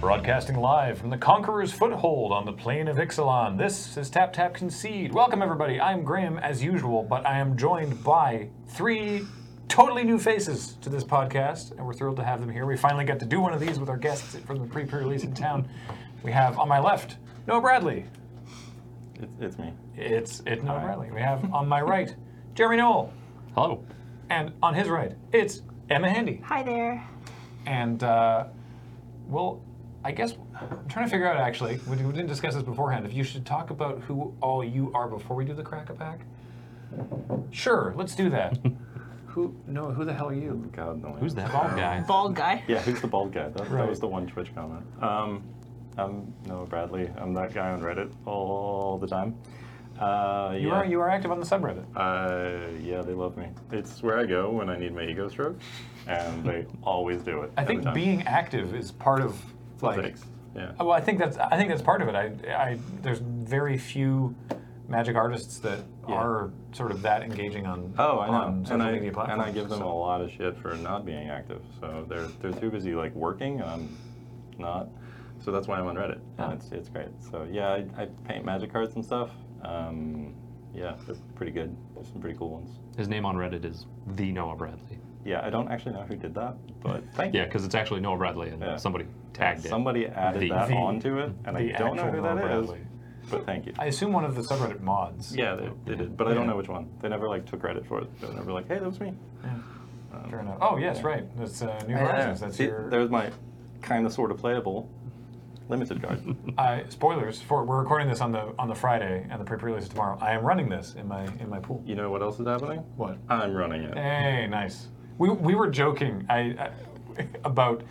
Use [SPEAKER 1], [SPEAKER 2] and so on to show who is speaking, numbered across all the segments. [SPEAKER 1] Broadcasting live from the Conqueror's Foothold on the plain of Ixalan. This is Tap Tap Concede. Welcome, everybody. I'm Graham, as usual, but I am joined by three totally new faces to this podcast, and we're thrilled to have them here. We finally got to do one of these with our guests from the pre pre release in town. We have on my left, Noah Bradley.
[SPEAKER 2] It's, it's me.
[SPEAKER 1] It's it, Noah Bradley. We have on my right, Jeremy Noel.
[SPEAKER 2] Hello.
[SPEAKER 1] And on his right, it's Emma Handy.
[SPEAKER 3] Hi there.
[SPEAKER 1] And, uh, well, I guess I'm trying to figure out actually, we, we didn't discuss this beforehand, if you should talk about who all you are before we do the crack a pack. Sure, let's do that. who, no, who the hell are you?
[SPEAKER 2] God, no.
[SPEAKER 4] Who's that bald guy?
[SPEAKER 3] Bald guy.
[SPEAKER 2] Yeah, who's the bald guy? That,
[SPEAKER 1] Right.
[SPEAKER 2] that was the one Twitch comment. Um, I'm Noah Bradley. I'm that guy on Reddit all the time. Uh,
[SPEAKER 1] You
[SPEAKER 2] yeah.
[SPEAKER 1] are you are active on the subreddit.
[SPEAKER 2] Uh, yeah, they love me. It's where I go when I need my ego stroke, and they always do it.
[SPEAKER 1] I think
[SPEAKER 2] every time.
[SPEAKER 1] being active is part of like Oh,
[SPEAKER 2] Thanks. Yeah.
[SPEAKER 1] Well, I think that's I think that's part of it. I, I there's very few magic artists that
[SPEAKER 2] Yeah.
[SPEAKER 1] are sort of that engaging on
[SPEAKER 2] Oh, I know.
[SPEAKER 1] on social
[SPEAKER 2] and, I,
[SPEAKER 1] media platforms.
[SPEAKER 2] and I give them
[SPEAKER 1] so-
[SPEAKER 2] a lot of shit for not being active. So they're they're too busy like working, and I'm not. So that's why I'm on Reddit,
[SPEAKER 1] Yeah.
[SPEAKER 2] and it's it's great. So yeah, I, I paint magic cards and stuff. Um, yeah, they're pretty good. There's some pretty cool ones.
[SPEAKER 4] His name on Reddit is the Noah Bradley.
[SPEAKER 2] Yeah, I don't actually know who did that, but thank
[SPEAKER 4] Yeah,
[SPEAKER 2] you.
[SPEAKER 4] because it's actually Noah Bradley, and
[SPEAKER 2] Yeah.
[SPEAKER 4] somebody tagged it.
[SPEAKER 2] Somebody added
[SPEAKER 4] The-
[SPEAKER 2] that
[SPEAKER 1] The-
[SPEAKER 2] onto it, and I
[SPEAKER 1] the
[SPEAKER 2] don't know
[SPEAKER 1] actual
[SPEAKER 2] who that
[SPEAKER 1] Noah
[SPEAKER 2] is.
[SPEAKER 1] Bradley.
[SPEAKER 2] But thank you.
[SPEAKER 1] I assume one of the subreddit mods.
[SPEAKER 2] yeah, they, they did, but I don't
[SPEAKER 1] Yeah.
[SPEAKER 2] know which one. They never like took credit for it. They were never like, hey, that was me.
[SPEAKER 1] Yeah,
[SPEAKER 2] Um,
[SPEAKER 1] fair enough. Oh yes,
[SPEAKER 2] yeah.
[SPEAKER 1] right. That's uh, New
[SPEAKER 2] Yeah,
[SPEAKER 1] Horizons. That's
[SPEAKER 2] see,
[SPEAKER 1] your
[SPEAKER 2] There's my kind of sort of playable limited card.
[SPEAKER 1] uh, spoilers for we're recording this on the on the Friday and the pre-release is tomorrow. I am running this in my in my pool.
[SPEAKER 2] you know what else is happening?
[SPEAKER 1] What?
[SPEAKER 2] I'm running it.
[SPEAKER 1] Hey, nice. We, we were joking I, I, about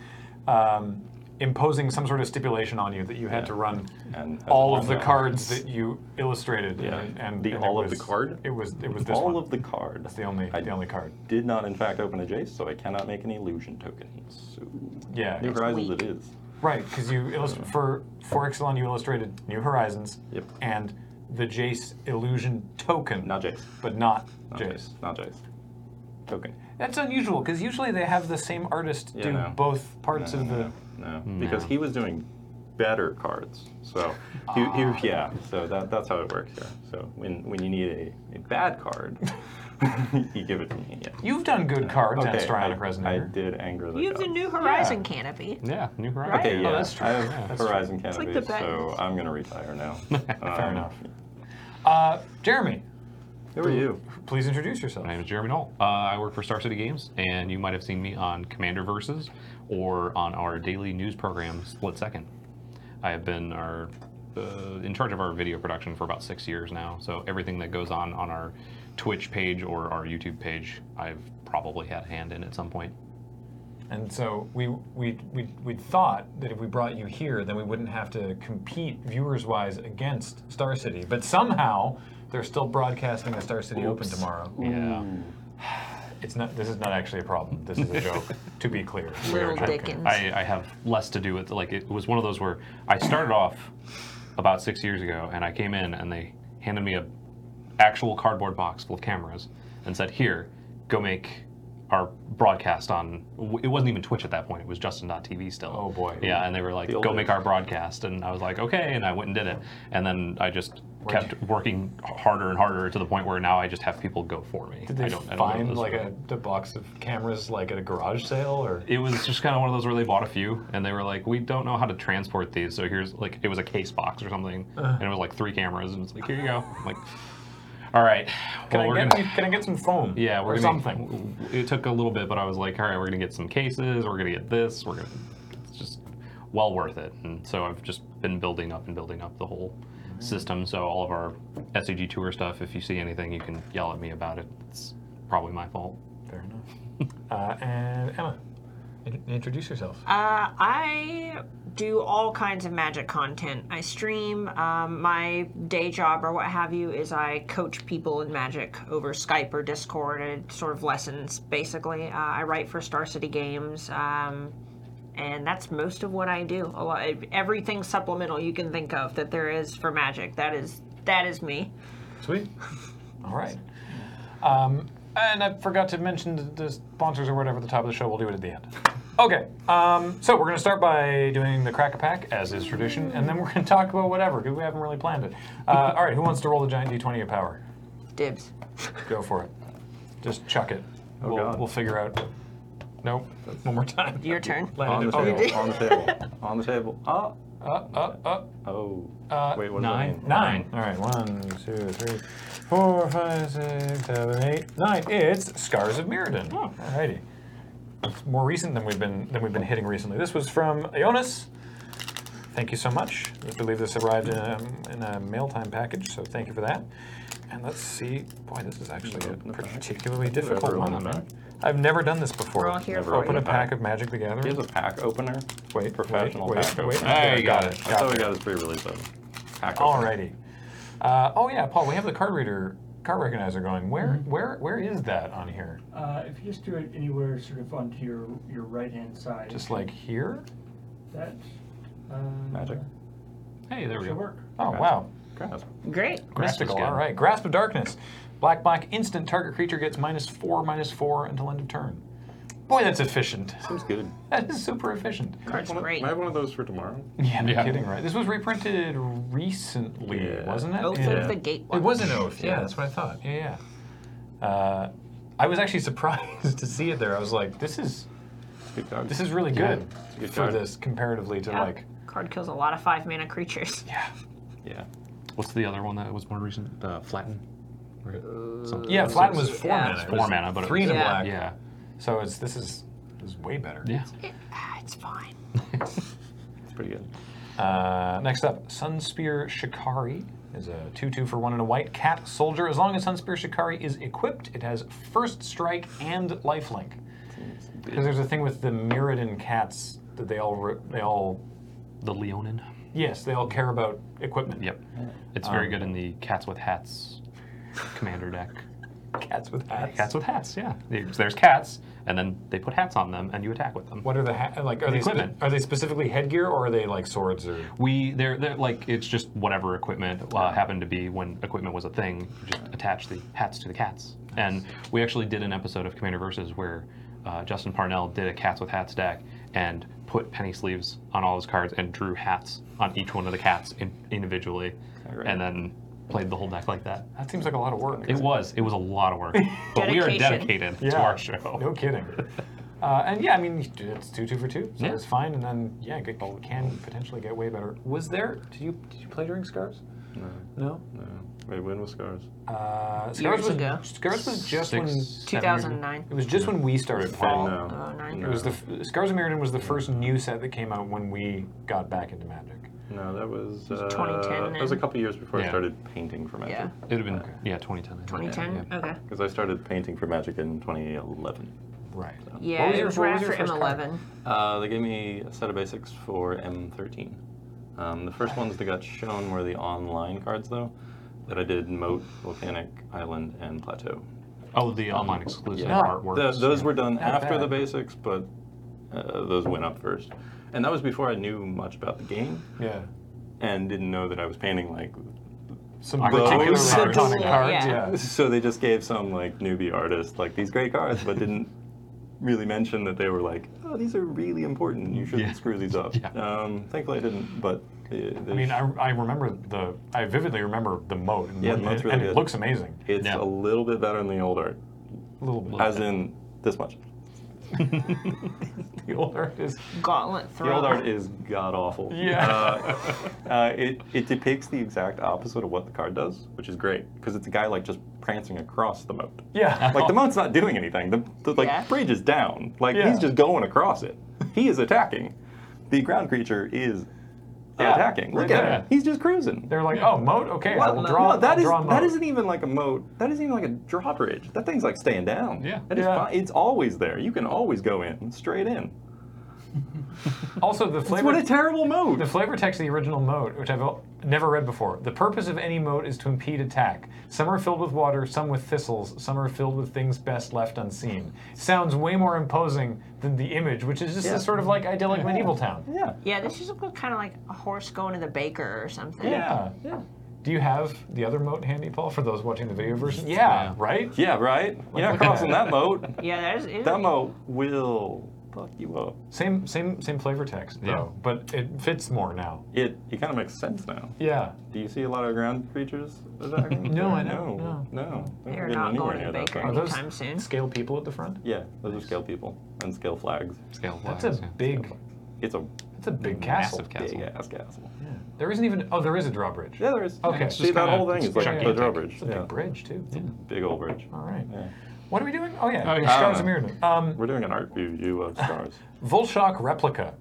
[SPEAKER 1] um, imposing some sort of stipulation on you that you had
[SPEAKER 2] Yeah.
[SPEAKER 1] to run
[SPEAKER 2] And has
[SPEAKER 1] all of
[SPEAKER 2] one
[SPEAKER 1] the
[SPEAKER 2] now.
[SPEAKER 1] cards that you illustrated.
[SPEAKER 2] Yeah.
[SPEAKER 1] And, and-
[SPEAKER 2] The
[SPEAKER 1] and
[SPEAKER 2] all
[SPEAKER 1] it
[SPEAKER 2] of the
[SPEAKER 1] was-
[SPEAKER 2] card?
[SPEAKER 1] It was it was this
[SPEAKER 2] All
[SPEAKER 1] one.
[SPEAKER 2] of the card.
[SPEAKER 1] That's the only
[SPEAKER 2] I
[SPEAKER 1] the only card.
[SPEAKER 2] did not, in fact, open a Jace, so I cannot make any illusion tokens. So
[SPEAKER 1] Yeah.
[SPEAKER 2] New Horizons,
[SPEAKER 3] weak.
[SPEAKER 2] it is.
[SPEAKER 1] Right, because you illust- for for Ixalan you illustrated New Horizons
[SPEAKER 2] Yep.
[SPEAKER 1] and the Jace illusion token,
[SPEAKER 2] Not Jace.
[SPEAKER 1] but not,
[SPEAKER 2] Not
[SPEAKER 1] Jace.
[SPEAKER 2] Jace. Not Jace. Token.
[SPEAKER 1] That's unusual because usually they have the same artist
[SPEAKER 2] Yeah,
[SPEAKER 1] do
[SPEAKER 2] no.
[SPEAKER 1] both parts
[SPEAKER 2] no,
[SPEAKER 1] of the.
[SPEAKER 2] no, no, because he was doing better cards. So he,
[SPEAKER 3] Ah.
[SPEAKER 2] he, yeah, so that, that's how it works here. So when, when you need a, a bad card, you give it to me. Yeah.
[SPEAKER 1] You've done good cards, okay,
[SPEAKER 2] I,
[SPEAKER 1] Strionic
[SPEAKER 2] I
[SPEAKER 1] Resonator.
[SPEAKER 2] did anger the
[SPEAKER 3] You have the
[SPEAKER 2] gods.
[SPEAKER 3] New Horizon canopy.
[SPEAKER 4] yeah, New Horizons.
[SPEAKER 3] Right?
[SPEAKER 2] Okay, yeah,
[SPEAKER 1] Oh, that's true.
[SPEAKER 2] I have Horizon
[SPEAKER 3] like
[SPEAKER 2] Canopy,
[SPEAKER 3] the best.
[SPEAKER 2] so I'm gonna retire now.
[SPEAKER 1] Fair
[SPEAKER 2] Um,
[SPEAKER 1] enough. Uh, Jeremy,
[SPEAKER 2] Who are you?
[SPEAKER 1] please introduce yourself.
[SPEAKER 4] My name is Jeremy Knoll. Uh, I work for Star City Games, and you might have seen me on Commander Versus or on our daily news program, Split Second. I have been our uh, in charge of our video production for about six years now, so everything that goes on on our Twitch page or our YouTube page, I've probably had a hand in at some point.
[SPEAKER 1] And so we we we we thought that if we brought you here, then we wouldn't have to compete viewers-wise against Star City. But somehow they're still broadcasting the Star City Open tomorrow.
[SPEAKER 2] Hmm.
[SPEAKER 4] Yeah.
[SPEAKER 1] It's not. This is not actually a problem. This is a joke. to be clear, We are
[SPEAKER 3] Little
[SPEAKER 1] joking.
[SPEAKER 3] Dickens.
[SPEAKER 4] I, I have less to do with like it was one of those where I started off about six years ago and I came in and they handed me a actual cardboard box full of cameras and said here go make our broadcast on it wasn't even Twitch at that point it was Justin.tv still
[SPEAKER 1] Oh, boy.
[SPEAKER 4] yeah and they were like
[SPEAKER 2] The old
[SPEAKER 4] go
[SPEAKER 2] days.
[SPEAKER 4] make our broadcast and I was like okay and I went and did it and then I just kept working harder and harder to the point where now I just have people go for me
[SPEAKER 1] Did they
[SPEAKER 4] I don't, I don't know
[SPEAKER 1] find
[SPEAKER 4] those
[SPEAKER 1] like
[SPEAKER 4] were-
[SPEAKER 1] a, a box of cameras like at a garage sale or?
[SPEAKER 4] it was just kind of one of those where they bought a few and they were like, we don't know how to transport these, so here's like it was a case box or something,
[SPEAKER 1] Uh.
[SPEAKER 4] and it was like three cameras, and it's like here you go. I'm like, all right,
[SPEAKER 1] Can
[SPEAKER 4] well,
[SPEAKER 1] I
[SPEAKER 4] we're
[SPEAKER 1] get
[SPEAKER 4] gonna-
[SPEAKER 1] can I get some foam?
[SPEAKER 4] yeah, we're
[SPEAKER 1] or
[SPEAKER 4] gonna
[SPEAKER 1] something.
[SPEAKER 4] make- it took a little bit, but I was like, all right, we're gonna get some cases, we're gonna get this, we're gonna, it's just well worth it, and so I've just been building up and building up the whole system. So all of our SEG tour stuff, if you see anything, you can yell at me about it. It's probably my fault.
[SPEAKER 1] Fair enough. uh, and Emma, in- introduce yourself.
[SPEAKER 3] Uh, I do all kinds of magic content. I stream. Um, my day job or what have you is I coach people in magic over Skype or Discord and sort of lessons, basically. Uh, I write for Star City Games. Um, and that's most of what I do. A lot, everything supplemental you can think of that there is for magic. That is that is me.
[SPEAKER 1] Sweet. All right. Um, and I forgot to mention the, the sponsors or whatever at the top of the show. We'll do it at the end. Okay, um, so we're going to start by doing the crack a pack, as is tradition, and then we're going to talk about whatever, because we haven't really planned it. Uh, all right, who wants to roll the giant d20 of power?
[SPEAKER 3] Dibs.
[SPEAKER 1] Go for it. Just chuck it.
[SPEAKER 2] Oh,
[SPEAKER 1] we'll,
[SPEAKER 2] God.
[SPEAKER 1] we'll figure out. Nope. One more time.
[SPEAKER 3] Your turn.
[SPEAKER 2] On
[SPEAKER 1] Landed
[SPEAKER 2] the
[SPEAKER 1] it. Oh,
[SPEAKER 2] table. On the table. On the table. Oh.
[SPEAKER 1] uh, uh, uh,
[SPEAKER 2] Oh.
[SPEAKER 1] Uh,
[SPEAKER 2] Wait, what does that
[SPEAKER 4] nine.
[SPEAKER 2] mean?
[SPEAKER 1] nine. All right, one, two, three, four, five, six, seven, eight, nine. It's Scars of Mirrodin.
[SPEAKER 3] Oh.
[SPEAKER 1] All righty. It's more recent than we've been than we've been hitting recently. This was from Ionis. Thank you so much. I believe this arrived in a, in a mail time package, so thank you for that. And let's see. Boy, this is actually a
[SPEAKER 2] Open the pack.
[SPEAKER 1] particularly difficult
[SPEAKER 2] Whatever,
[SPEAKER 1] one.
[SPEAKER 2] open the
[SPEAKER 1] man. I've never done this before.
[SPEAKER 3] We're all here
[SPEAKER 2] Never
[SPEAKER 3] for
[SPEAKER 1] Open
[SPEAKER 3] you.
[SPEAKER 1] a pack of Magic the Gathering.
[SPEAKER 2] Here's a pack opener.
[SPEAKER 1] Wait,
[SPEAKER 2] Professional
[SPEAKER 1] wait,
[SPEAKER 2] pack
[SPEAKER 1] wait,
[SPEAKER 2] opener.
[SPEAKER 1] wait. Yeah,
[SPEAKER 4] Hey, got
[SPEAKER 1] got it.
[SPEAKER 2] I thought we
[SPEAKER 1] it.
[SPEAKER 2] got his pre-release of it. pack opener.
[SPEAKER 1] Alrighty. Uh, oh yeah, Paul, we have the card reader, card recognizer going. Where, where, where is that on here?
[SPEAKER 5] Uh, if you just do it anywhere sort of onto your, your right-hand side.
[SPEAKER 1] Just like here?
[SPEAKER 5] That. Uh,
[SPEAKER 2] Magic.
[SPEAKER 4] Hey, there we
[SPEAKER 5] Should
[SPEAKER 4] go.
[SPEAKER 5] work.
[SPEAKER 1] Oh
[SPEAKER 2] Gotcha.
[SPEAKER 1] wow,
[SPEAKER 2] Grasp.
[SPEAKER 3] Great.
[SPEAKER 4] Grasp is
[SPEAKER 1] mystical.
[SPEAKER 4] good.
[SPEAKER 1] All right, grasp of darkness. Black, black, instant. Target creature gets minus four, minus four until end of turn. Boy, that's efficient.
[SPEAKER 2] Seems good.
[SPEAKER 1] That is super efficient.
[SPEAKER 3] Card's
[SPEAKER 2] Wanna-
[SPEAKER 3] great.
[SPEAKER 2] Can I have one of those for tomorrow?
[SPEAKER 1] Yeah, no
[SPEAKER 4] Yeah.
[SPEAKER 1] kidding, right? This was reprinted recently,
[SPEAKER 2] Yeah.
[SPEAKER 1] wasn't it?
[SPEAKER 3] Oath
[SPEAKER 1] In-
[SPEAKER 3] Oh, of the Gateway.
[SPEAKER 1] Oh, It was an oath. Yeah, that's what I thought. Yeah, yeah. Uh, I was actually surprised to see it there. I was like, this is
[SPEAKER 2] Good dog.
[SPEAKER 1] this is really
[SPEAKER 2] Yeah,
[SPEAKER 1] good
[SPEAKER 2] it's a good
[SPEAKER 1] for
[SPEAKER 2] card.
[SPEAKER 1] this comparatively to
[SPEAKER 3] Yeah.
[SPEAKER 1] like
[SPEAKER 3] Card kills a lot of five mana creatures.
[SPEAKER 1] yeah
[SPEAKER 2] Yeah.
[SPEAKER 4] What's the other one that was more recent? Uh, Flatten. Right? Something-
[SPEAKER 1] yeah.
[SPEAKER 4] something-
[SPEAKER 1] Flatten was four
[SPEAKER 3] Yeah.
[SPEAKER 1] mana. It
[SPEAKER 4] Four
[SPEAKER 1] was
[SPEAKER 4] mana, but it
[SPEAKER 1] three in a
[SPEAKER 3] was-
[SPEAKER 1] black.
[SPEAKER 4] Yeah.
[SPEAKER 1] So it's this is this is way better.
[SPEAKER 4] Yeah.
[SPEAKER 3] It- ah, it's fine.
[SPEAKER 2] It's pretty good.
[SPEAKER 1] Uh, next up, Sunspear Shikari is a two-two for one and a white cat soldier. As long as Sunspear Shikari is equipped, it has first strike and lifelink. Because there's a thing with the Mirrodin cats that they all re- they all
[SPEAKER 4] The Leonin.
[SPEAKER 1] yes they all care about equipment.
[SPEAKER 4] Yep. It's very good in the Cats with Hats commander deck.
[SPEAKER 1] Cats with hats.
[SPEAKER 4] Cats with hats, yeah. There's there's cats, and then they put hats on them, and you attack with them.
[SPEAKER 1] What are the ha- like? Are they spe-
[SPEAKER 4] Equipment.
[SPEAKER 1] are they specifically headgear or are they like swords or?
[SPEAKER 4] We they're, they're like it's just whatever equipment uh, happened to be when equipment was a thing. You just attach the hats to the cats, and we actually did an episode of Commander Versus where uh, Justin Parnell did a cats with hats deck and put penny sleeves on all his cards and drew hats on each one of the cats in, individually,
[SPEAKER 2] Alright.
[SPEAKER 4] and then played the whole deck like that.
[SPEAKER 1] That seems like a lot of work.
[SPEAKER 4] It was it was a lot of work, but we are
[SPEAKER 3] Dedication.
[SPEAKER 4] dedicated to
[SPEAKER 1] Yeah.
[SPEAKER 4] our show.
[SPEAKER 1] No kidding. Uh, and yeah, I mean, it's two two for two, so
[SPEAKER 4] Yeah.
[SPEAKER 1] it's fine. And then yeah, it can potentially get way better. Was there? Did you did you play during Scars?
[SPEAKER 2] No.
[SPEAKER 1] No.
[SPEAKER 2] No. Wait, when was Scars?
[SPEAKER 1] Uh, Scars
[SPEAKER 3] Years
[SPEAKER 1] was
[SPEAKER 3] ago.
[SPEAKER 1] Scars was just
[SPEAKER 4] Six,
[SPEAKER 1] when
[SPEAKER 4] seven years ago.
[SPEAKER 3] 2009.
[SPEAKER 1] it was just when we started playing.
[SPEAKER 2] No.
[SPEAKER 3] Oh, nine.
[SPEAKER 1] It was the f- Scars of Mirrodin was the first new set that came out when we got back into Magic.
[SPEAKER 2] No, that was.
[SPEAKER 3] was
[SPEAKER 2] uh,
[SPEAKER 3] 2010
[SPEAKER 2] That was a
[SPEAKER 3] then.
[SPEAKER 2] couple years before
[SPEAKER 4] Yeah.
[SPEAKER 2] I started painting for Magic.
[SPEAKER 3] Yeah.
[SPEAKER 4] It would have been yeah 2010. I think.
[SPEAKER 3] 2010?
[SPEAKER 4] Yeah.
[SPEAKER 3] Okay.
[SPEAKER 2] Because I started painting for Magic in 2011.
[SPEAKER 1] Right.
[SPEAKER 3] Yeah,
[SPEAKER 1] What was
[SPEAKER 3] it
[SPEAKER 1] your-
[SPEAKER 3] was
[SPEAKER 1] what
[SPEAKER 3] right
[SPEAKER 1] was your
[SPEAKER 3] after
[SPEAKER 1] first card?
[SPEAKER 3] M11.
[SPEAKER 2] Uh, they gave me a set of basics for M13. Um, the first ones that got shown were the online cards, though, that I did Moat, Volcanic, Island, and Plateau.
[SPEAKER 4] Oh, the online exclusive
[SPEAKER 1] Yeah.
[SPEAKER 4] artwork.
[SPEAKER 2] Th- those were done
[SPEAKER 1] Not
[SPEAKER 2] after
[SPEAKER 1] bad.
[SPEAKER 2] the basics, but uh, those went up first. And that was before I knew much about the game
[SPEAKER 1] Yeah.
[SPEAKER 2] and didn't know that I was painting like.
[SPEAKER 1] Some
[SPEAKER 4] Those
[SPEAKER 1] particularly
[SPEAKER 2] simple-
[SPEAKER 1] iconic cards.
[SPEAKER 3] Yeah.
[SPEAKER 1] Yeah.
[SPEAKER 2] So they just gave some like newbie artist like these great cards, but didn't really mention that they were like, oh, these are really important. You shouldn't
[SPEAKER 4] Yeah.
[SPEAKER 2] screw these up.
[SPEAKER 4] Yeah.
[SPEAKER 2] Um, thankfully, I didn't. But uh, the,
[SPEAKER 1] I mean, I, I remember the I vividly remember the moat. And,
[SPEAKER 2] Yeah,
[SPEAKER 1] what-
[SPEAKER 2] the moat's
[SPEAKER 1] and-
[SPEAKER 2] really
[SPEAKER 1] and it
[SPEAKER 2] good.
[SPEAKER 1] looks amazing.
[SPEAKER 2] it's
[SPEAKER 4] Yeah.
[SPEAKER 2] a little bit better than the old art,
[SPEAKER 1] A little bit.
[SPEAKER 2] as in this much.
[SPEAKER 1] The old art is
[SPEAKER 3] Gauntlet Throne.
[SPEAKER 2] The old art is god awful.
[SPEAKER 1] Yeah.
[SPEAKER 2] Uh, uh, it, it depicts the exact opposite of what the card does, which is great because it's a guy like just prancing across the moat.
[SPEAKER 1] yeah.
[SPEAKER 2] Like the moat's not doing anything. The, the like
[SPEAKER 3] Yeah.
[SPEAKER 2] bridge is down. Like
[SPEAKER 1] Yeah.
[SPEAKER 2] he's just going across it. He is attacking. The ground creature is
[SPEAKER 1] Yeah,
[SPEAKER 2] attacking. Look
[SPEAKER 1] right
[SPEAKER 2] at
[SPEAKER 1] there.
[SPEAKER 2] him. He's just cruising.
[SPEAKER 1] They're like, oh, moat. Okay, I
[SPEAKER 3] What
[SPEAKER 1] will
[SPEAKER 3] moat?
[SPEAKER 1] draw.
[SPEAKER 2] no, that
[SPEAKER 1] I'll
[SPEAKER 2] is
[SPEAKER 1] draw a
[SPEAKER 2] that
[SPEAKER 1] moat.
[SPEAKER 2] isn't even like a moat. That isn't even like a drawbridge. That thing's like staying down.
[SPEAKER 4] Yeah.
[SPEAKER 2] That is
[SPEAKER 1] Yeah.
[SPEAKER 2] fine. It's always there. You can always go in straight in.
[SPEAKER 1] Also, the flavor.
[SPEAKER 2] What a terrible moat.
[SPEAKER 1] The flavor text of the original moat, which I've al- never read before. The purpose of any moat is to impede attack. Some are filled with water, some with thistles, some are filled with things best left unseen. Sounds way more imposing than the image, which is just
[SPEAKER 2] Yeah.
[SPEAKER 1] a sort of like idyllic medieval town.
[SPEAKER 2] Yeah.
[SPEAKER 3] Yeah, this just looked kind of like a horse going to the baker or something.
[SPEAKER 1] Yeah.
[SPEAKER 2] Yeah.
[SPEAKER 1] Do you have the other moat handy, Paul, for those watching the video version? Yeah,
[SPEAKER 4] Yeah.
[SPEAKER 1] right?
[SPEAKER 2] Yeah, right? You're not
[SPEAKER 1] look at
[SPEAKER 2] crossing
[SPEAKER 1] that.
[SPEAKER 2] that moat.
[SPEAKER 3] Yeah, that is. It
[SPEAKER 2] That moat will fuck you up.
[SPEAKER 1] Same same same flavor text though,
[SPEAKER 4] Yeah.
[SPEAKER 1] but it fits more now.
[SPEAKER 2] It it kind of makes sense now.
[SPEAKER 1] Yeah.
[SPEAKER 2] Do you see a lot of ground creatures attacking?
[SPEAKER 1] No, I
[SPEAKER 2] no,
[SPEAKER 1] don't, no.
[SPEAKER 2] No, They're
[SPEAKER 3] They're
[SPEAKER 2] getting
[SPEAKER 3] not
[SPEAKER 2] anywhere
[SPEAKER 3] going to
[SPEAKER 2] near
[SPEAKER 3] the
[SPEAKER 2] that
[SPEAKER 3] bakery
[SPEAKER 2] thing.
[SPEAKER 1] Are those
[SPEAKER 3] anytime soon.
[SPEAKER 1] scale people at the front?
[SPEAKER 2] Yeah, those are scale people and scale flags.
[SPEAKER 4] Scale
[SPEAKER 1] That's
[SPEAKER 4] flags,
[SPEAKER 1] a
[SPEAKER 4] yeah.
[SPEAKER 1] big
[SPEAKER 2] It's a
[SPEAKER 1] that's a big
[SPEAKER 4] Massive
[SPEAKER 1] castle.
[SPEAKER 4] castle.
[SPEAKER 2] big ass castle.
[SPEAKER 1] Yeah. There isn't even oh there is a drawbridge.
[SPEAKER 2] Yeah, there is.
[SPEAKER 1] Okay. It's
[SPEAKER 2] see
[SPEAKER 4] just
[SPEAKER 2] that
[SPEAKER 4] kinda-
[SPEAKER 2] whole thing
[SPEAKER 4] it's
[SPEAKER 2] is like
[SPEAKER 1] gigantic.
[SPEAKER 2] the drawbridge.
[SPEAKER 1] It's a big
[SPEAKER 2] yeah.
[SPEAKER 1] bridge too. Yeah.
[SPEAKER 2] Big old bridge.
[SPEAKER 1] All right.
[SPEAKER 2] Yeah.
[SPEAKER 1] What are we doing? Oh yeah,
[SPEAKER 4] Oh, yeah.
[SPEAKER 1] Stars
[SPEAKER 2] I
[SPEAKER 1] of
[SPEAKER 2] don't know.
[SPEAKER 1] Mirrodin. Um,
[SPEAKER 2] We're doing an art review of stars.
[SPEAKER 1] Volshock replica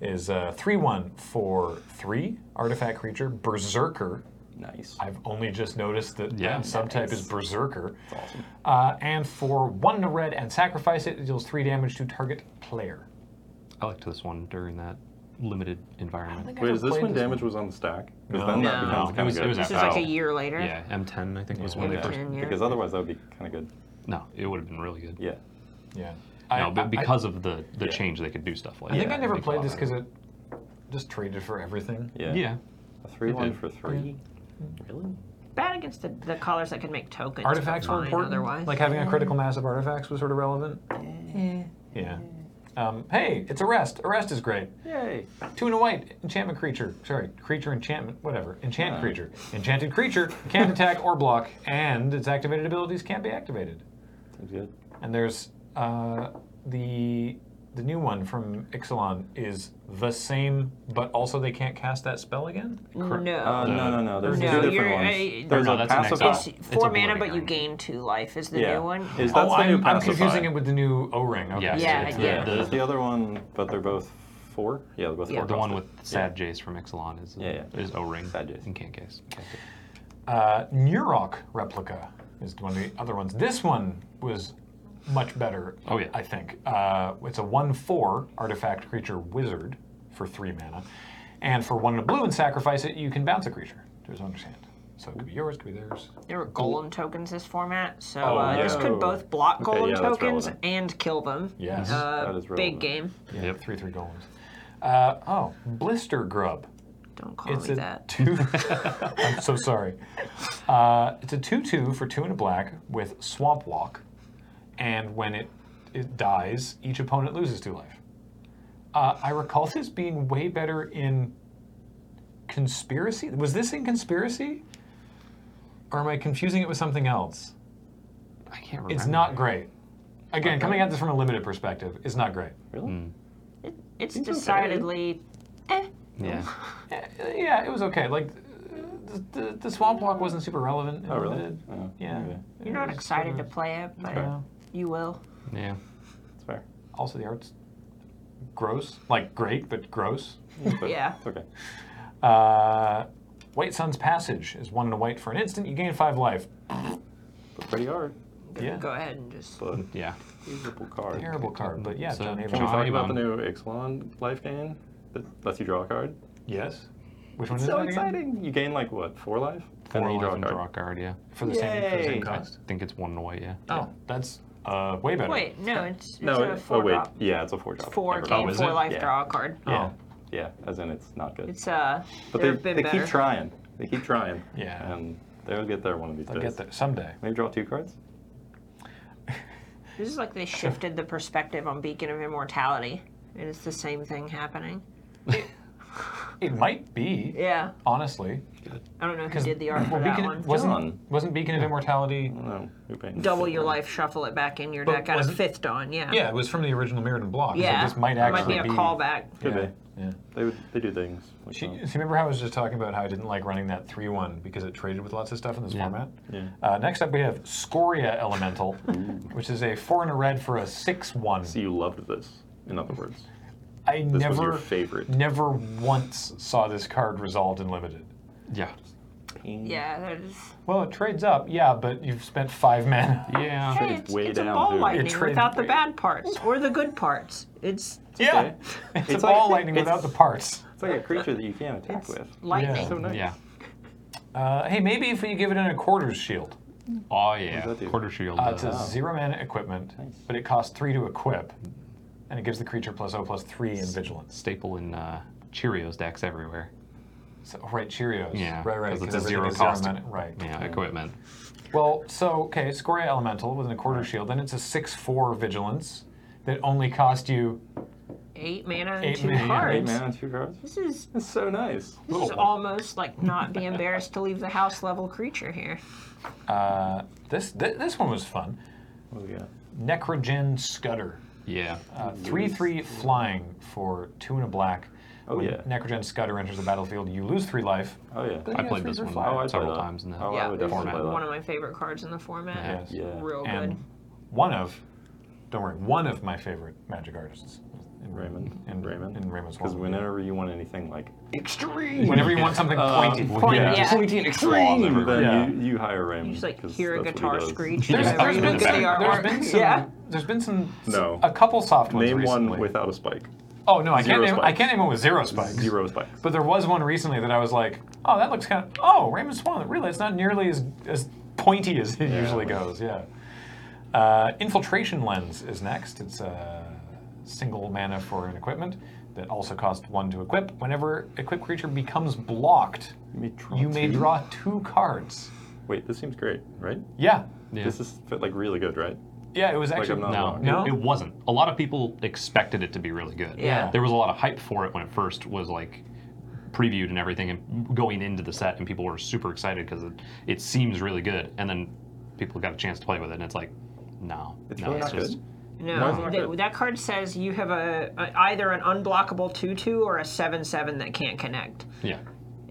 [SPEAKER 1] is uh, three one for three artifact creature berserker.
[SPEAKER 2] nice.
[SPEAKER 1] I've only just noticed that
[SPEAKER 4] Yeah.
[SPEAKER 1] that subtype is berserker.
[SPEAKER 2] That's awesome.
[SPEAKER 1] Uh, and for one red and sacrifice it, it deals three damage to target player.
[SPEAKER 4] I liked this one during that limited environment.
[SPEAKER 2] Wait, is this when damage was on the stack? Because then that
[SPEAKER 3] No.
[SPEAKER 2] becomes
[SPEAKER 4] No, it
[SPEAKER 2] kind
[SPEAKER 4] was-
[SPEAKER 2] of
[SPEAKER 4] it
[SPEAKER 2] good.
[SPEAKER 4] was
[SPEAKER 3] This
[SPEAKER 4] after.
[SPEAKER 3] is like a
[SPEAKER 4] Oh.
[SPEAKER 3] year later.
[SPEAKER 4] Yeah, M10 I think was when they
[SPEAKER 3] Yeah.
[SPEAKER 4] first.
[SPEAKER 3] Yeah.
[SPEAKER 2] Because otherwise that would be kind of good.
[SPEAKER 4] No, it would have been really good.
[SPEAKER 2] Yeah.
[SPEAKER 1] Yeah.
[SPEAKER 4] No, but because of the the
[SPEAKER 2] Yeah.
[SPEAKER 4] change, they could do stuff like.
[SPEAKER 1] I, I think
[SPEAKER 4] that.
[SPEAKER 1] I never
[SPEAKER 4] They could
[SPEAKER 1] played this
[SPEAKER 4] allow
[SPEAKER 1] because it just traded for everything.
[SPEAKER 2] Yeah.
[SPEAKER 4] that. Yeah.
[SPEAKER 2] A three
[SPEAKER 4] It
[SPEAKER 2] one
[SPEAKER 4] did.
[SPEAKER 2] for three. Really?
[SPEAKER 3] Bad against the, the colors that could make tokens. but
[SPEAKER 1] Artifacts were
[SPEAKER 3] fine
[SPEAKER 1] important.
[SPEAKER 3] Otherwise,
[SPEAKER 1] Like having a critical mass of artifacts was sort of relevant. Yeah. Um, hey, it's arrest. Arrest is great.
[SPEAKER 2] Yay.
[SPEAKER 1] Two and a white enchantment creature. Sorry, creature enchantment. Whatever. Enchant
[SPEAKER 2] Yeah.
[SPEAKER 1] creature. Enchanted creature can't attack or block, and its activated abilities can't be activated.
[SPEAKER 2] Seems good.
[SPEAKER 1] And there's uh, the the new one from Ixalan is the same, but also they can't cast that spell again.
[SPEAKER 4] Cor-
[SPEAKER 3] no.
[SPEAKER 2] Uh, no, no, no. There's
[SPEAKER 3] No,
[SPEAKER 2] two
[SPEAKER 3] you're-
[SPEAKER 2] different ones.
[SPEAKER 3] I-
[SPEAKER 2] There's
[SPEAKER 4] No,
[SPEAKER 2] a
[SPEAKER 4] that's an exile.
[SPEAKER 2] pacify.
[SPEAKER 3] It's
[SPEAKER 4] It's a
[SPEAKER 3] four mana,
[SPEAKER 4] blurring
[SPEAKER 3] but you
[SPEAKER 4] ring.
[SPEAKER 3] gain two life. Is the
[SPEAKER 2] Yeah.
[SPEAKER 3] new one?
[SPEAKER 2] Is
[SPEAKER 1] oh,
[SPEAKER 2] that's the new
[SPEAKER 1] I'm, I'm
[SPEAKER 2] pacify.
[SPEAKER 1] confusing it with the new O-ring. Okay.
[SPEAKER 4] Yeah.
[SPEAKER 3] Yeah,
[SPEAKER 4] it's
[SPEAKER 3] yeah.
[SPEAKER 4] The,
[SPEAKER 2] That's
[SPEAKER 4] the,
[SPEAKER 2] the other one, but they're both four. Yeah, they're both
[SPEAKER 3] Yeah.
[SPEAKER 2] four.
[SPEAKER 4] the one with
[SPEAKER 2] costed.
[SPEAKER 4] Sad Jace from Exelon is
[SPEAKER 2] Yeah, yeah.
[SPEAKER 4] is O-ring.
[SPEAKER 2] Sad Jace.
[SPEAKER 4] in can case.
[SPEAKER 1] Uh, Nurok replica is one of the other ones. This one was much better.
[SPEAKER 4] Oh, yeah.
[SPEAKER 1] I think uh, it's a one-four artifact creature wizard for three mana, and for one and a blue and sacrifice it, you can bounce a creature to his owner's hand. So it could be yours, could be theirs.
[SPEAKER 3] There were golem tokens this format, so
[SPEAKER 1] Oh,
[SPEAKER 3] uh, this
[SPEAKER 2] yeah.
[SPEAKER 3] could both block
[SPEAKER 2] Okay,
[SPEAKER 3] golem
[SPEAKER 2] yeah, that's
[SPEAKER 3] tokens
[SPEAKER 2] relevant.
[SPEAKER 3] and kill them.
[SPEAKER 1] Yes.
[SPEAKER 3] Uh,
[SPEAKER 2] That is
[SPEAKER 3] big
[SPEAKER 2] relevant.
[SPEAKER 3] game.
[SPEAKER 1] Yeah,
[SPEAKER 4] Yep.
[SPEAKER 1] three three golems. Uh, oh, blister grub.
[SPEAKER 3] Don't call
[SPEAKER 1] It's
[SPEAKER 3] me
[SPEAKER 1] a
[SPEAKER 3] that.
[SPEAKER 1] two. I'm so sorry. Uh, it's a two-two for two and a black with swamp walk, and when it it dies, each opponent loses two life. Uh, I recall this being way better in conspiracy. Was this in conspiracy, or am I confusing it with something else?
[SPEAKER 4] I can't remember.
[SPEAKER 1] It's not great. Again, coming at this from a limited perspective, it's not great.
[SPEAKER 2] Really?
[SPEAKER 4] Mm. Hmm.
[SPEAKER 3] It, it's
[SPEAKER 2] It's okay.
[SPEAKER 3] decidedly. Eh.
[SPEAKER 4] Yeah.
[SPEAKER 1] Uh, Yeah, it was okay. Like uh, the, the, the swamp walk wasn't super relevant. Uh,
[SPEAKER 2] Oh, really?
[SPEAKER 1] It-
[SPEAKER 2] Oh,
[SPEAKER 1] yeah.
[SPEAKER 2] okay.
[SPEAKER 3] You're not excited to play it, but
[SPEAKER 2] Okay.
[SPEAKER 3] you will.
[SPEAKER 4] Yeah.
[SPEAKER 2] That's fair.
[SPEAKER 1] Also, the art's gross. Like great, but gross.
[SPEAKER 2] But
[SPEAKER 3] Yeah.
[SPEAKER 2] It's okay.
[SPEAKER 1] Uh, White Sun's Passage is one and a white for an instant. You gain five life.
[SPEAKER 2] But pretty hard.
[SPEAKER 1] Yeah.
[SPEAKER 3] Go ahead and just.
[SPEAKER 2] But
[SPEAKER 4] Yeah.
[SPEAKER 2] usable card.
[SPEAKER 1] Terrible card, but yeah,
[SPEAKER 4] So,
[SPEAKER 1] John
[SPEAKER 4] can
[SPEAKER 2] Can
[SPEAKER 1] Avon.
[SPEAKER 2] we talk
[SPEAKER 4] Johnny
[SPEAKER 2] about the
[SPEAKER 4] Bone.
[SPEAKER 2] new Ixalan life gain that lets you draw a card?
[SPEAKER 1] Yes. Which one
[SPEAKER 2] It's
[SPEAKER 1] is
[SPEAKER 2] so
[SPEAKER 1] that again?
[SPEAKER 2] exciting. You gain like what, four life?
[SPEAKER 4] Four
[SPEAKER 2] and then you
[SPEAKER 4] life
[SPEAKER 2] draw a
[SPEAKER 4] and
[SPEAKER 2] card.
[SPEAKER 4] draw a card. Yeah.
[SPEAKER 1] For the same, for the
[SPEAKER 2] Yay.
[SPEAKER 1] same
[SPEAKER 4] I
[SPEAKER 1] cost.
[SPEAKER 4] think it's one away. Yeah.
[SPEAKER 1] Oh, that's uh, way better.
[SPEAKER 3] Wait, no, it's, it's
[SPEAKER 2] No,
[SPEAKER 3] a
[SPEAKER 2] it, oh
[SPEAKER 3] four
[SPEAKER 2] wait,
[SPEAKER 3] drop.
[SPEAKER 2] yeah, it's a four drop.
[SPEAKER 3] Four
[SPEAKER 2] Never
[SPEAKER 3] gain,
[SPEAKER 2] mind.
[SPEAKER 4] is
[SPEAKER 3] four
[SPEAKER 4] it?
[SPEAKER 3] life
[SPEAKER 2] Yeah.
[SPEAKER 3] draw a card.
[SPEAKER 1] Oh.
[SPEAKER 2] Yeah, as in it's not good.
[SPEAKER 3] It's uh.
[SPEAKER 2] but
[SPEAKER 3] there
[SPEAKER 2] they,
[SPEAKER 3] have been
[SPEAKER 2] they
[SPEAKER 3] better.
[SPEAKER 2] keep trying. They keep trying.
[SPEAKER 1] Yeah.
[SPEAKER 2] And they'll get there one of these
[SPEAKER 1] I'll
[SPEAKER 2] days.
[SPEAKER 1] get there someday.
[SPEAKER 2] Maybe draw two cards.
[SPEAKER 3] This is like they shifted the perspective on Beacon of Immortality, and it's the same thing happening.
[SPEAKER 1] It might be,
[SPEAKER 3] Yeah.
[SPEAKER 1] honestly.
[SPEAKER 3] I don't know who did the art for
[SPEAKER 1] Well,
[SPEAKER 3] that
[SPEAKER 1] Beacon,
[SPEAKER 3] one.
[SPEAKER 2] John.
[SPEAKER 1] wasn't, wasn't Beacon of Immortality
[SPEAKER 2] I don't know. Who painted
[SPEAKER 3] Double
[SPEAKER 2] it?
[SPEAKER 3] your life, shuffle it back in your
[SPEAKER 1] But
[SPEAKER 3] deck out of
[SPEAKER 1] wasn't-
[SPEAKER 3] fifth dawn. Yeah.
[SPEAKER 1] Yeah, it was from the original Mirrodin block. so
[SPEAKER 3] Yeah.
[SPEAKER 1] this might
[SPEAKER 3] That
[SPEAKER 1] actually
[SPEAKER 3] might be a callback.
[SPEAKER 2] Could
[SPEAKER 1] Yeah,
[SPEAKER 2] be.
[SPEAKER 1] yeah.
[SPEAKER 2] They would. They do things. Like
[SPEAKER 1] She,
[SPEAKER 2] that.
[SPEAKER 1] so remember how I was just talking about how I didn't like running that 3 1 because it traded with lots of stuff in this format?
[SPEAKER 2] Yeah.
[SPEAKER 1] Uh, next up, we have Scoria Elemental, which is a 4 and a red for a 6 1.
[SPEAKER 2] So you loved this. In other words,
[SPEAKER 1] I
[SPEAKER 2] this was your
[SPEAKER 1] never,
[SPEAKER 2] favorite.
[SPEAKER 1] never once saw this card resolved in Limited.
[SPEAKER 4] Yeah.
[SPEAKER 3] Yeah. that is
[SPEAKER 1] Well, it trades up, yeah, but you've spent 5 mana.
[SPEAKER 4] Yeah.
[SPEAKER 3] hey,
[SPEAKER 2] Trades
[SPEAKER 3] it's,
[SPEAKER 2] way
[SPEAKER 3] it's a
[SPEAKER 2] down,
[SPEAKER 3] ball
[SPEAKER 2] dude.
[SPEAKER 1] It
[SPEAKER 3] lightning
[SPEAKER 1] trades
[SPEAKER 3] without the
[SPEAKER 1] way-
[SPEAKER 3] bad parts or the good parts. It's
[SPEAKER 1] Yeah! It's,
[SPEAKER 2] It's
[SPEAKER 1] a
[SPEAKER 2] like-
[SPEAKER 1] ball lightning
[SPEAKER 2] it's-
[SPEAKER 1] without the parts.
[SPEAKER 2] It's like a creature that you can't attack
[SPEAKER 3] it's
[SPEAKER 2] with.
[SPEAKER 3] lightning.
[SPEAKER 2] So nice.
[SPEAKER 4] Yeah.
[SPEAKER 1] Uh, hey, maybe if we give it in a quarters shield.
[SPEAKER 4] Oh yeah.
[SPEAKER 2] does that do?
[SPEAKER 4] Quarter shield.
[SPEAKER 1] Uh,
[SPEAKER 4] Uh,
[SPEAKER 1] it's a zero mana equipment, but it costs 3 to equip, and it gives the creature plus O plus 3 in vigilance.
[SPEAKER 4] staple in uh, Cheerios decks everywhere.
[SPEAKER 1] So, oh, right, Cheerios.
[SPEAKER 4] Yeah,
[SPEAKER 1] right, right.
[SPEAKER 4] 'cause
[SPEAKER 1] Because
[SPEAKER 4] it's a
[SPEAKER 1] everything
[SPEAKER 4] zero
[SPEAKER 1] is
[SPEAKER 4] cost.
[SPEAKER 1] mana- Right.
[SPEAKER 4] Yeah. Equipment.
[SPEAKER 1] Well, so okay, Scoria Elemental within a quarter shield. Then it's a six-four vigilance. that only cost you
[SPEAKER 3] Eight mana and
[SPEAKER 1] Eight
[SPEAKER 3] two
[SPEAKER 1] mana, eight
[SPEAKER 2] Hey,
[SPEAKER 3] cards.
[SPEAKER 2] man, two cards.
[SPEAKER 3] This is
[SPEAKER 2] That's so nice.
[SPEAKER 3] this is almost like not be embarrassed to leave the house level creature here.
[SPEAKER 1] uh, this. Th- this one was fun.
[SPEAKER 2] What do we got?
[SPEAKER 1] Necrogen Scudder.
[SPEAKER 4] Yeah.
[SPEAKER 1] Uh, three three flying for two and a black.
[SPEAKER 2] Oh,
[SPEAKER 1] when
[SPEAKER 2] yeah.
[SPEAKER 1] Necrogen Scudder enters the battlefield, you lose three life.
[SPEAKER 2] Oh yeah.
[SPEAKER 1] But
[SPEAKER 4] I
[SPEAKER 1] yeah,
[SPEAKER 4] played
[SPEAKER 1] three
[SPEAKER 4] this
[SPEAKER 1] for
[SPEAKER 4] one
[SPEAKER 1] five.
[SPEAKER 2] Oh, I
[SPEAKER 4] several
[SPEAKER 2] played that.
[SPEAKER 4] times uh, in that.
[SPEAKER 2] Oh, I
[SPEAKER 3] yeah,
[SPEAKER 2] would
[SPEAKER 3] this
[SPEAKER 2] definitely
[SPEAKER 3] is
[SPEAKER 2] play that.
[SPEAKER 3] one of my favorite cards in the
[SPEAKER 1] Yes.
[SPEAKER 3] format.
[SPEAKER 2] Yeah.
[SPEAKER 3] Real
[SPEAKER 1] And
[SPEAKER 3] good.
[SPEAKER 1] one of, don't worry, one of my favorite magic artists. In
[SPEAKER 2] Raymond.
[SPEAKER 1] In
[SPEAKER 2] Raymond.
[SPEAKER 1] In Raymond's
[SPEAKER 2] Because
[SPEAKER 1] Wall.
[SPEAKER 2] whenever you want anything like
[SPEAKER 1] Extreme! Whenever you want something Uh, pointy.
[SPEAKER 3] Pointy,
[SPEAKER 2] yeah.
[SPEAKER 3] yeah.
[SPEAKER 1] Pointy and extreme!
[SPEAKER 2] then
[SPEAKER 1] Yeah.
[SPEAKER 2] you, you hire Raymond.
[SPEAKER 3] You just like
[SPEAKER 2] 'cause
[SPEAKER 3] hear a
[SPEAKER 2] that's what he
[SPEAKER 3] guitar
[SPEAKER 2] does.
[SPEAKER 3] screech.
[SPEAKER 1] There's,
[SPEAKER 3] whenever
[SPEAKER 1] there's
[SPEAKER 3] you
[SPEAKER 1] been
[SPEAKER 3] look at
[SPEAKER 1] some,
[SPEAKER 3] the
[SPEAKER 1] there's
[SPEAKER 3] artwork.
[SPEAKER 1] been some,
[SPEAKER 3] Yeah.
[SPEAKER 1] there's been some,
[SPEAKER 2] No.
[SPEAKER 1] a couple soft ones
[SPEAKER 2] Name
[SPEAKER 1] recently.
[SPEAKER 2] one without a spike.
[SPEAKER 1] oh no, I can't
[SPEAKER 2] zero
[SPEAKER 1] name, I
[SPEAKER 2] spikes.
[SPEAKER 1] can't name one with zero spikes.
[SPEAKER 2] Zero spikes.
[SPEAKER 1] But there was one recently that I was like, oh, that looks kind of, oh, Raymond Swan. Really, it's not nearly as, as pointy as it usually
[SPEAKER 2] like-
[SPEAKER 1] goes, yeah. Uh, infiltration Lens is next. It's a single mana for an equipment that also costs one to equip. Whenever equipped creature becomes blocked,
[SPEAKER 2] You may draw.
[SPEAKER 1] you may
[SPEAKER 2] two?
[SPEAKER 1] draw two cards.
[SPEAKER 2] Wait, this seems great, right?
[SPEAKER 1] Yeah.
[SPEAKER 4] Yeah.
[SPEAKER 2] This is fit, like really good, right?
[SPEAKER 1] Yeah, it was actually.
[SPEAKER 2] I'm not-
[SPEAKER 4] No,
[SPEAKER 1] No?
[SPEAKER 4] It, it wasn't. A lot of people expected it to be really good.
[SPEAKER 3] Yeah.
[SPEAKER 4] There was a lot of hype for it when it first was like previewed and everything and going into the set and people were super excited because it, it seems really good and then people got a chance to play with it and it's like no
[SPEAKER 2] It's
[SPEAKER 4] no
[SPEAKER 2] really
[SPEAKER 4] it's
[SPEAKER 2] not
[SPEAKER 4] just
[SPEAKER 2] good. Why is it
[SPEAKER 3] No,
[SPEAKER 2] not
[SPEAKER 3] that,
[SPEAKER 2] good?
[SPEAKER 3] that card says you have a, a either an unblockable two two or a seven seven that can't connect,
[SPEAKER 4] yeah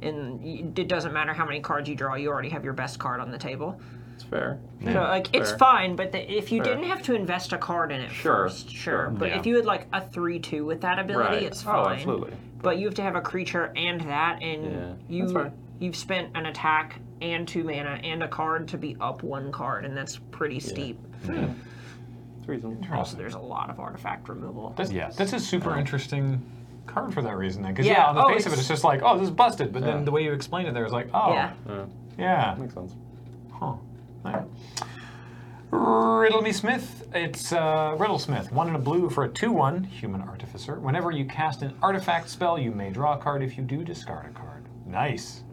[SPEAKER 3] and you, it doesn't matter how many cards you draw. You already have your best card on the table.
[SPEAKER 2] It's fair.
[SPEAKER 3] So like it's
[SPEAKER 2] Fair.
[SPEAKER 3] fine, but the, if you
[SPEAKER 2] Fair.
[SPEAKER 3] didn't have to invest a card in it
[SPEAKER 2] Sure,
[SPEAKER 3] first, sure.
[SPEAKER 2] sure.
[SPEAKER 3] But
[SPEAKER 4] Yeah.
[SPEAKER 3] if you had like a three two with that ability,
[SPEAKER 2] Right.
[SPEAKER 3] it's
[SPEAKER 2] Oh,
[SPEAKER 3] fine.
[SPEAKER 2] absolutely.
[SPEAKER 3] But you have to have a creature and that, and
[SPEAKER 2] Yeah,
[SPEAKER 3] you
[SPEAKER 2] that's fair.
[SPEAKER 3] you've spent an attack and two mana and a card to be up one card, and that's pretty steep.
[SPEAKER 2] It's reasonable.
[SPEAKER 3] Also, there's a lot of artifact removal.
[SPEAKER 1] This,
[SPEAKER 4] Yes.
[SPEAKER 1] this is super interesting card for that reason. Because yeah.
[SPEAKER 3] Yeah,
[SPEAKER 1] on the
[SPEAKER 3] oh,
[SPEAKER 1] face of it,
[SPEAKER 3] it's-
[SPEAKER 1] it's just like, oh, this is busted. But then
[SPEAKER 2] Yeah.
[SPEAKER 1] the way you explained it there is like, oh,
[SPEAKER 3] Yeah.
[SPEAKER 2] Yeah,
[SPEAKER 1] yeah.
[SPEAKER 2] makes sense.
[SPEAKER 1] Huh. Alright. Riddle me Smith. It's uh, Riddle Smith. One in a blue for a 2 1 human artificer. Whenever you cast an artifact spell, you may draw a card. If you do, discard a card. Nice.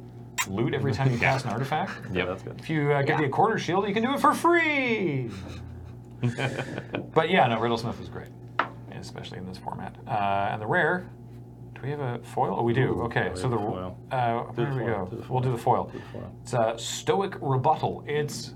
[SPEAKER 1] Loot every time you cast an artifact.
[SPEAKER 2] Yeah, that's good.
[SPEAKER 1] If you uh, get the quarter shield, you can do it for free. but yeah, no, Riddle Smith is great, especially in this format. Uh, and the rare. Do we have a foil? Oh, we do. okay,
[SPEAKER 2] we
[SPEAKER 1] so
[SPEAKER 2] have
[SPEAKER 1] the
[SPEAKER 2] a foil.
[SPEAKER 1] uh, where
[SPEAKER 2] the
[SPEAKER 1] do we
[SPEAKER 2] foil,
[SPEAKER 1] go?
[SPEAKER 2] do the
[SPEAKER 1] we'll do the foil.
[SPEAKER 2] foil.
[SPEAKER 1] It's a stoic rebuttal. It's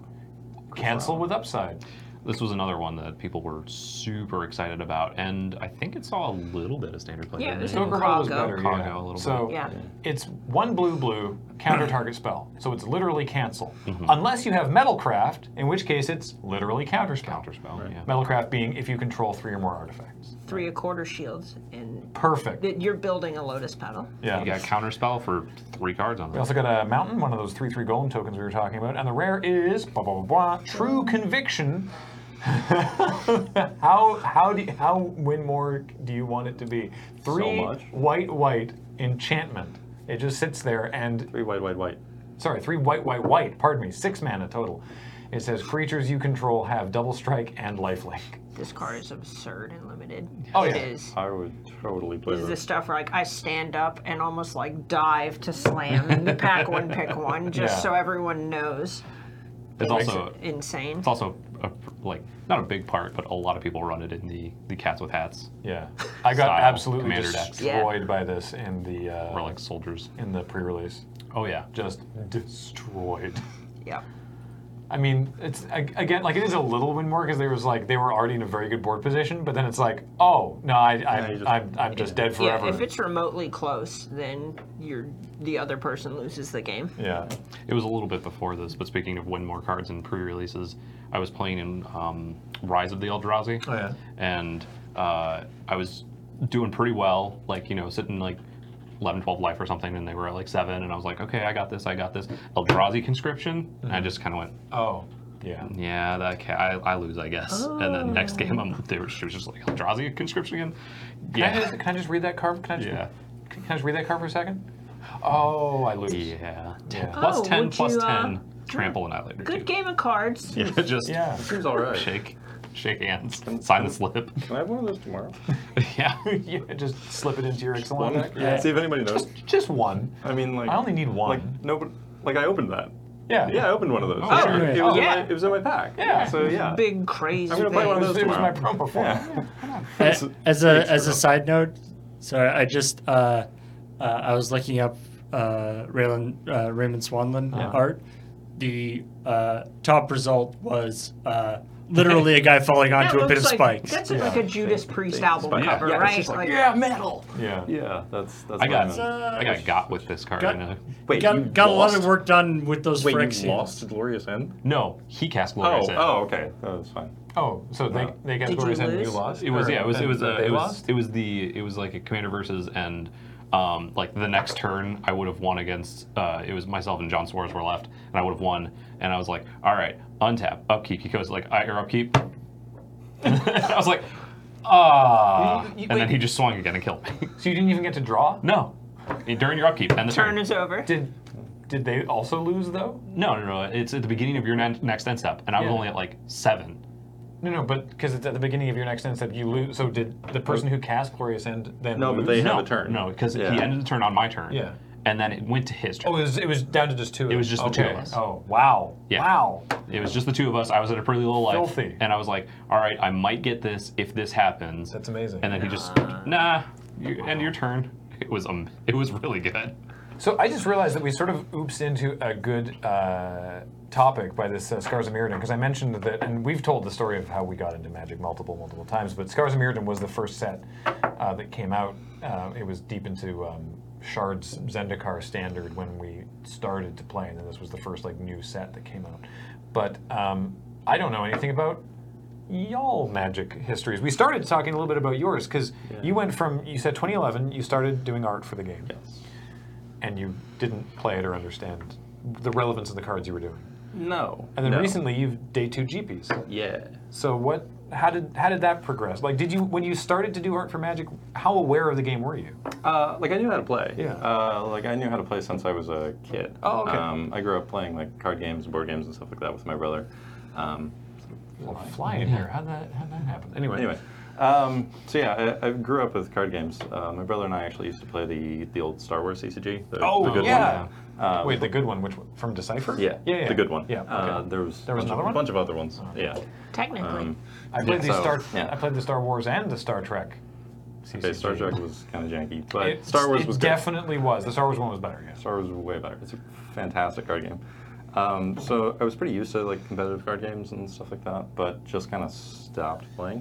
[SPEAKER 1] cancel with upside.
[SPEAKER 4] this was another one that people were super excited about and I think it saw a little bit of standard play
[SPEAKER 3] Yeah,
[SPEAKER 4] didn't
[SPEAKER 3] it was
[SPEAKER 1] Stoic
[SPEAKER 3] Cargo.
[SPEAKER 1] rebuttal is better.
[SPEAKER 4] Cargo
[SPEAKER 1] yeah.
[SPEAKER 4] a little
[SPEAKER 1] so
[SPEAKER 4] bit.
[SPEAKER 3] Yeah.
[SPEAKER 1] it's one blue blue counter target spell. So it's literally cancel,
[SPEAKER 4] Mm-hmm.
[SPEAKER 1] unless you have metalcraft, in which case it's literally counter spell.
[SPEAKER 4] counter spell yeah
[SPEAKER 1] Metalcraft being if you control three or more artifacts.
[SPEAKER 3] Three a quarter shields, and
[SPEAKER 1] Perfect.
[SPEAKER 3] that you're building a lotus petal.
[SPEAKER 1] Yeah.
[SPEAKER 4] you got counter spell for three cards on
[SPEAKER 1] We
[SPEAKER 4] that
[SPEAKER 1] also got a mountain, one of those 3 3 golem tokens we were talking about. And the rare is blah, blah, blah, blah, true conviction. how how do you, how when more do you want it to be? Three
[SPEAKER 2] much.
[SPEAKER 1] white white enchantment. It just sits there and
[SPEAKER 2] Three white, white, white.
[SPEAKER 1] sorry, three white white white, pardon me, six mana total. It says creatures you control have double strike and lifelink.
[SPEAKER 3] This card is absurd and limited.
[SPEAKER 1] Oh,
[SPEAKER 3] It
[SPEAKER 1] yeah.
[SPEAKER 3] is.
[SPEAKER 2] I would totally play
[SPEAKER 3] This is the
[SPEAKER 2] this.
[SPEAKER 3] stuff where like I stand up and almost like dive to slam and pack one, pick one, just
[SPEAKER 1] Yeah.
[SPEAKER 3] so everyone knows.
[SPEAKER 4] it's also
[SPEAKER 3] insane.
[SPEAKER 4] it's also a, like not a big part but a lot of people run it in the the cats with hats
[SPEAKER 1] Yeah. I got
[SPEAKER 4] Style
[SPEAKER 1] absolutely
[SPEAKER 4] commander decks.
[SPEAKER 1] destroyed by this in the uh,
[SPEAKER 4] relic soldiers
[SPEAKER 1] in the pre-release.
[SPEAKER 4] oh yeah
[SPEAKER 1] Just destroyed.
[SPEAKER 3] Yeah.
[SPEAKER 1] I mean, it's ag- again like it is a little win more because there was like they were already in a very good board position, but then it's like, oh no, I, I,
[SPEAKER 2] you just-
[SPEAKER 1] I'm, I'm just dead forever.
[SPEAKER 3] Yeah. If it's remotely close, then you're the other person loses the game.
[SPEAKER 1] yeah.
[SPEAKER 4] It was a little bit before this, but speaking of win more cards and pre-releases, I was playing in um, Rise of the Eldrazi,
[SPEAKER 1] Oh, yeah.
[SPEAKER 4] and uh, I was doing pretty well, like you know, sitting like 11, 12 life or something, and they were at like seven, and I was like, okay, I got this, I got this. Eldrazi conscription, and
[SPEAKER 1] Mm-hmm.
[SPEAKER 4] I just kind of went,
[SPEAKER 1] Oh, yeah.
[SPEAKER 4] yeah, that ca- I, I lose, I guess. And then next game, I'm, they were, she was just like Eldrazi conscription again.
[SPEAKER 1] Can, I
[SPEAKER 4] Yeah,
[SPEAKER 1] just, can I just read that card? Can I just,
[SPEAKER 4] Yeah.
[SPEAKER 1] Can I just read that card for a second? Oh, I lose. Yeah.
[SPEAKER 4] yeah.
[SPEAKER 1] Yeah.
[SPEAKER 4] Plus
[SPEAKER 3] Oh,
[SPEAKER 4] ten,
[SPEAKER 3] would
[SPEAKER 4] plus
[SPEAKER 3] you, uh,
[SPEAKER 4] ten. Trample and Annihilator.
[SPEAKER 3] Good
[SPEAKER 4] too.
[SPEAKER 3] game of cards.
[SPEAKER 4] Yeah, just
[SPEAKER 2] Seems all right.
[SPEAKER 4] shake shake hands sign the slip
[SPEAKER 2] Can I have one of those tomorrow?
[SPEAKER 4] yeah
[SPEAKER 1] Yeah, Just slip it into your excellent. deck.
[SPEAKER 2] See if anybody knows.
[SPEAKER 1] Just, just one.
[SPEAKER 2] I mean, like
[SPEAKER 1] I only need one.
[SPEAKER 2] Like nobody. Like I opened that.
[SPEAKER 1] Yeah.
[SPEAKER 2] Yeah, I opened one of those.
[SPEAKER 4] Oh,
[SPEAKER 2] It,
[SPEAKER 5] sure.
[SPEAKER 2] was in
[SPEAKER 3] Yeah.
[SPEAKER 2] my, it was in my pack.
[SPEAKER 1] Yeah.
[SPEAKER 2] So yeah.
[SPEAKER 3] Big crazy.
[SPEAKER 2] I'm gonna play one
[SPEAKER 1] It
[SPEAKER 2] of
[SPEAKER 1] was,
[SPEAKER 2] those
[SPEAKER 1] it was my
[SPEAKER 2] tomorrow.
[SPEAKER 1] promo form.
[SPEAKER 2] Yeah.
[SPEAKER 6] as, as a as
[SPEAKER 2] true.
[SPEAKER 6] a side note, sorry, I just uh, uh, I was looking up uh, Raylan uh, Raymond Swanland art. The uh, top result was uh, literally a guy falling
[SPEAKER 3] That
[SPEAKER 6] onto a bit
[SPEAKER 3] looks
[SPEAKER 6] of
[SPEAKER 3] like,
[SPEAKER 6] spikes.
[SPEAKER 3] That's like a Judas Priest album
[SPEAKER 2] Spike.
[SPEAKER 3] cover,
[SPEAKER 2] yeah, it's
[SPEAKER 3] right?
[SPEAKER 2] just like,
[SPEAKER 3] Like-
[SPEAKER 2] yeah, metal.
[SPEAKER 1] Yeah.
[SPEAKER 2] Yeah, that's that's.
[SPEAKER 4] I got,
[SPEAKER 2] what I'm-
[SPEAKER 4] I got got with this card.
[SPEAKER 6] Got-
[SPEAKER 4] I know.
[SPEAKER 2] Wait, you
[SPEAKER 6] got got a lot of
[SPEAKER 2] lost?
[SPEAKER 6] work done with those
[SPEAKER 2] Wait,
[SPEAKER 6] Franks.
[SPEAKER 2] you lost to Glorious End?
[SPEAKER 4] No, he cast
[SPEAKER 2] Oh,
[SPEAKER 4] Glorious End.
[SPEAKER 2] oh, okay, that was fine.
[SPEAKER 1] Oh, so they, they got
[SPEAKER 3] Did you
[SPEAKER 1] stories and you
[SPEAKER 3] lose?
[SPEAKER 1] lost?
[SPEAKER 4] Uh, It was
[SPEAKER 1] Or-
[SPEAKER 4] yeah. It was it was
[SPEAKER 1] and
[SPEAKER 4] uh,
[SPEAKER 1] they
[SPEAKER 4] it was
[SPEAKER 1] lost?
[SPEAKER 4] it was the it was like a commander versus and um, like the next turn I would have won against uh, it was myself and John Suarez were left and I would have won and I was like all right untap upkeep he goes like I or upkeep I was like ah
[SPEAKER 1] You- you-
[SPEAKER 4] and then
[SPEAKER 1] wait.
[SPEAKER 4] he just swung again and killed me
[SPEAKER 1] So you didn't even get to draw?
[SPEAKER 4] no during your upkeep and the turn,
[SPEAKER 3] Turn is over.
[SPEAKER 1] Did did they also lose though?
[SPEAKER 4] no no no it's at the beginning of your ne- next end step and I was
[SPEAKER 1] Yeah.
[SPEAKER 4] only at like seven
[SPEAKER 1] No, no, but because it's at the beginning of your next end step, you lose. So did the person who cast Glorious End then
[SPEAKER 2] No,
[SPEAKER 1] lose?
[SPEAKER 2] but they
[SPEAKER 4] no
[SPEAKER 2] have a turn.
[SPEAKER 4] no because he
[SPEAKER 2] Yeah.
[SPEAKER 4] ended the turn on my turn
[SPEAKER 1] Yeah.
[SPEAKER 4] and then it went to his turn
[SPEAKER 1] Oh, it was, it was down to just two. It
[SPEAKER 4] was just the two of us.
[SPEAKER 1] Oh, wow.
[SPEAKER 4] Yeah.
[SPEAKER 1] Wow.
[SPEAKER 4] It was just the two of us. I was at a pretty low life,
[SPEAKER 1] Filthy.
[SPEAKER 4] and I was like, "All right, I might get this if this happens."
[SPEAKER 1] That's amazing.
[SPEAKER 4] And then he just, "Nah, you, end your turn." It was um, it was really good.
[SPEAKER 1] So I just realized that we sort of oops into a good uh, topic by this uh, Scars of Mirrodin because I mentioned that, and we've told the story of how we got into Magic multiple, multiple times. But Scars of Mirrodin was the first set uh, that came out. Uh, it was deep into um, Shard's Zendikar standard when we started to play, and then this was the first like new set that came out. But um, I don't know anything about y'all magic histories. We started talking a little bit about yours because you went from you said 2011. You started doing art for the game and you didn't play it or understand the relevance of the cards you were doing.
[SPEAKER 2] No.
[SPEAKER 1] And then
[SPEAKER 2] no.
[SPEAKER 1] recently, you've day two GPs.
[SPEAKER 2] Yeah.
[SPEAKER 1] So what? How did how did that progress? Like, did you when you started to do art for Magic? How aware of the game were you?
[SPEAKER 2] Uh, like I knew how to play.
[SPEAKER 1] Yeah.
[SPEAKER 2] Uh, like I knew how to play since I was a kid.
[SPEAKER 1] Oh, okay.
[SPEAKER 2] Um, I grew up playing like card games, board games, and stuff like that with my brother. Um,
[SPEAKER 1] Well, flying here. How would that how would that happen? Anyway,
[SPEAKER 2] anyway, um, so yeah, I, I grew up with card games. Uh, my brother and I actually used to play the the old Star Wars CCG. The,
[SPEAKER 1] Oh
[SPEAKER 2] the good
[SPEAKER 1] yeah.
[SPEAKER 2] one. Um,
[SPEAKER 1] Uh, Wait, the good one, which one- from Decipher?
[SPEAKER 2] Yeah,
[SPEAKER 1] yeah, yeah.
[SPEAKER 2] the good one.
[SPEAKER 1] Yeah, okay.
[SPEAKER 2] Uh, there was
[SPEAKER 1] There was
[SPEAKER 2] bunch
[SPEAKER 1] another
[SPEAKER 2] of,
[SPEAKER 1] one? Oh.
[SPEAKER 2] bunch of other ones. Yeah.
[SPEAKER 3] Technically.
[SPEAKER 2] Um,
[SPEAKER 1] I played
[SPEAKER 2] yeah,
[SPEAKER 1] the
[SPEAKER 2] so-
[SPEAKER 1] Star.
[SPEAKER 2] yeah.
[SPEAKER 1] I played the Star Wars and the Star Trek.
[SPEAKER 2] Okay, Star
[SPEAKER 1] CCG.
[SPEAKER 2] Trek was kind of janky, but
[SPEAKER 1] It-
[SPEAKER 2] Star Wars
[SPEAKER 1] it
[SPEAKER 2] was good.
[SPEAKER 1] definitely was. The Star Wars one was better. Yes.
[SPEAKER 2] Star Wars was way better. It's a fantastic card game. Um, so I was pretty used to like competitive card games and stuff like that, but just kind of stopped playing.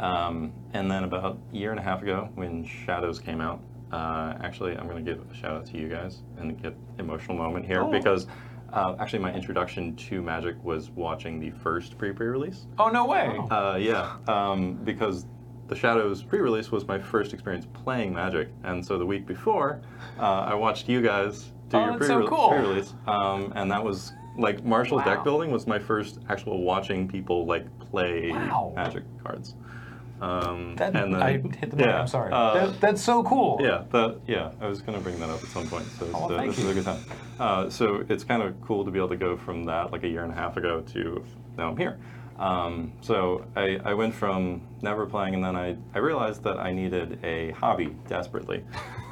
[SPEAKER 2] Um, and then about a year and a half ago, when Shadows came out, uh, actually I'm going to give a shout out to you guys and get emotional moment here because uh, actually my introduction to Magic was watching the first pre-pre release.
[SPEAKER 1] Oh no way.
[SPEAKER 2] Uh, yeah, um, because the Shadows pre-release was my first experience playing Magic, and so the week before, uh, I watched you guys do
[SPEAKER 1] Oh,
[SPEAKER 2] your
[SPEAKER 1] that's
[SPEAKER 2] pre-
[SPEAKER 1] so cool.
[SPEAKER 2] release um, and that was like Marshall deck building was my first actual watching people like play
[SPEAKER 1] Wow.
[SPEAKER 2] Magic cards. Um,
[SPEAKER 1] That,
[SPEAKER 2] and then,
[SPEAKER 1] I hit the mark.
[SPEAKER 2] yeah,
[SPEAKER 1] I'm sorry.
[SPEAKER 2] uh,
[SPEAKER 1] that, that's so cool.
[SPEAKER 2] yeah, that, yeah. I was going to bring that up at some point, so it's,
[SPEAKER 1] Oh,
[SPEAKER 2] uh,
[SPEAKER 1] thank
[SPEAKER 2] this is
[SPEAKER 1] you.
[SPEAKER 2] a good time. Uh, so it's kind of cool to be able to go from that, like a year and a half ago, to now I'm here. Um, so I, I went from never playing, and then I, I realized that I needed a hobby desperately.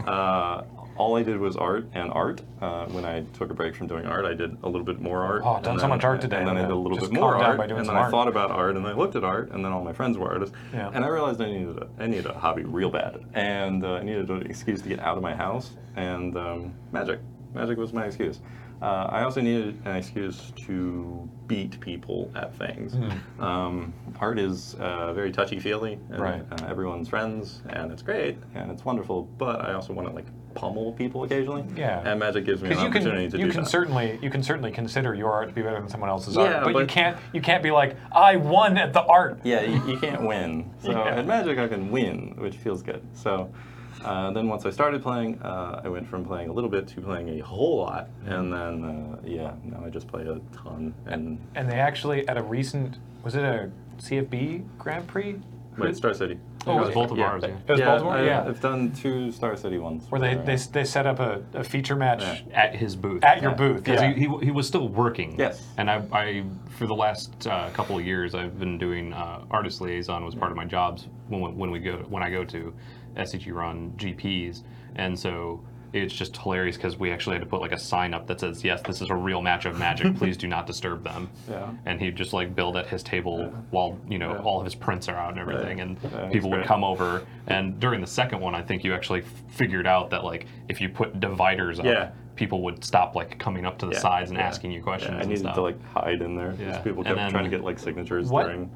[SPEAKER 2] Uh, all I did was art and art. Uh, when I took a break from doing art, I did a little bit more art.
[SPEAKER 1] Oh, I've done
[SPEAKER 2] and
[SPEAKER 1] so much art today.
[SPEAKER 2] And then I
[SPEAKER 1] I'm
[SPEAKER 2] did a
[SPEAKER 1] gonna
[SPEAKER 2] little
[SPEAKER 1] just
[SPEAKER 2] bit more
[SPEAKER 1] calm down
[SPEAKER 2] art,
[SPEAKER 1] by doing
[SPEAKER 2] and then
[SPEAKER 1] some
[SPEAKER 2] I
[SPEAKER 1] art.
[SPEAKER 2] thought about art, and I looked at art, and then all my friends were artists.
[SPEAKER 1] Yeah.
[SPEAKER 2] And I realized I needed a, I needed a hobby real bad, and uh, I needed an excuse to get out of my house. And um, magic, magic was my excuse. Uh, I also needed an excuse to beat people at things. Um, art is uh, very touchy feely, and
[SPEAKER 1] Hmm. Right.
[SPEAKER 2] uh, everyone's friends, and it's great and it's wonderful. But I also want to like pummel people occasionally.
[SPEAKER 1] Yeah.
[SPEAKER 2] And magic gives me an
[SPEAKER 1] Because you can,
[SPEAKER 2] opportunity to
[SPEAKER 1] you
[SPEAKER 2] do
[SPEAKER 1] can
[SPEAKER 2] that.
[SPEAKER 1] certainly you can certainly consider your art to be better than someone else's
[SPEAKER 2] Yeah,
[SPEAKER 1] art, but, you
[SPEAKER 2] but-
[SPEAKER 1] can't you can't be like I won at the art.
[SPEAKER 2] Yeah, you, you can't win. So
[SPEAKER 1] Yeah.
[SPEAKER 2] at Magic, I can win, which feels good. So uh, then once I started playing, uh, I went from playing a little bit to playing a whole lot, and then uh, yeah, now I just play a ton. And
[SPEAKER 1] And they actually at a recent was it a CFB Grand Prix?
[SPEAKER 2] wait, Star City.
[SPEAKER 1] Oh,
[SPEAKER 4] it was
[SPEAKER 1] yeah.
[SPEAKER 4] both of ours.
[SPEAKER 1] It was Baltimore.
[SPEAKER 2] I,
[SPEAKER 1] yeah,
[SPEAKER 2] I've done two Star City ones.
[SPEAKER 1] where they, they they set up a, a feature match.
[SPEAKER 4] yeah. At his booth.
[SPEAKER 1] At your booth,
[SPEAKER 4] Because
[SPEAKER 1] yeah.
[SPEAKER 4] he, he, he was still working.
[SPEAKER 2] Yes.
[SPEAKER 4] And I, I for the last uh, couple of years, I've been doing uh, artist liaison was part of my E jobs when we- when we go when I go to SEG run GPs, and so It's just hilarious because we actually had to put like a sign up that says, "Yes, this is a real match of magic. Please do not disturb them."
[SPEAKER 2] Yeah.
[SPEAKER 4] And he'd just like build at his table while you know
[SPEAKER 2] Yeah.
[SPEAKER 4] all of his prints are out and everything, and
[SPEAKER 2] Yeah, that's
[SPEAKER 4] people would
[SPEAKER 2] great.
[SPEAKER 4] come over. And during the second one, I think you actually f- figured out that like if you put dividers up,
[SPEAKER 2] Yeah.
[SPEAKER 4] people would stop like coming up to the
[SPEAKER 2] Yeah,
[SPEAKER 4] sides and
[SPEAKER 2] yeah.
[SPEAKER 4] asking you
[SPEAKER 2] Yeah,
[SPEAKER 4] questions.
[SPEAKER 2] I
[SPEAKER 4] and
[SPEAKER 2] needed
[SPEAKER 4] stuff.
[SPEAKER 2] to like hide in there. 'cause
[SPEAKER 4] Yeah.
[SPEAKER 2] People
[SPEAKER 4] And
[SPEAKER 2] kept
[SPEAKER 4] then-
[SPEAKER 2] trying to get like signatures
[SPEAKER 1] What?
[SPEAKER 2] during.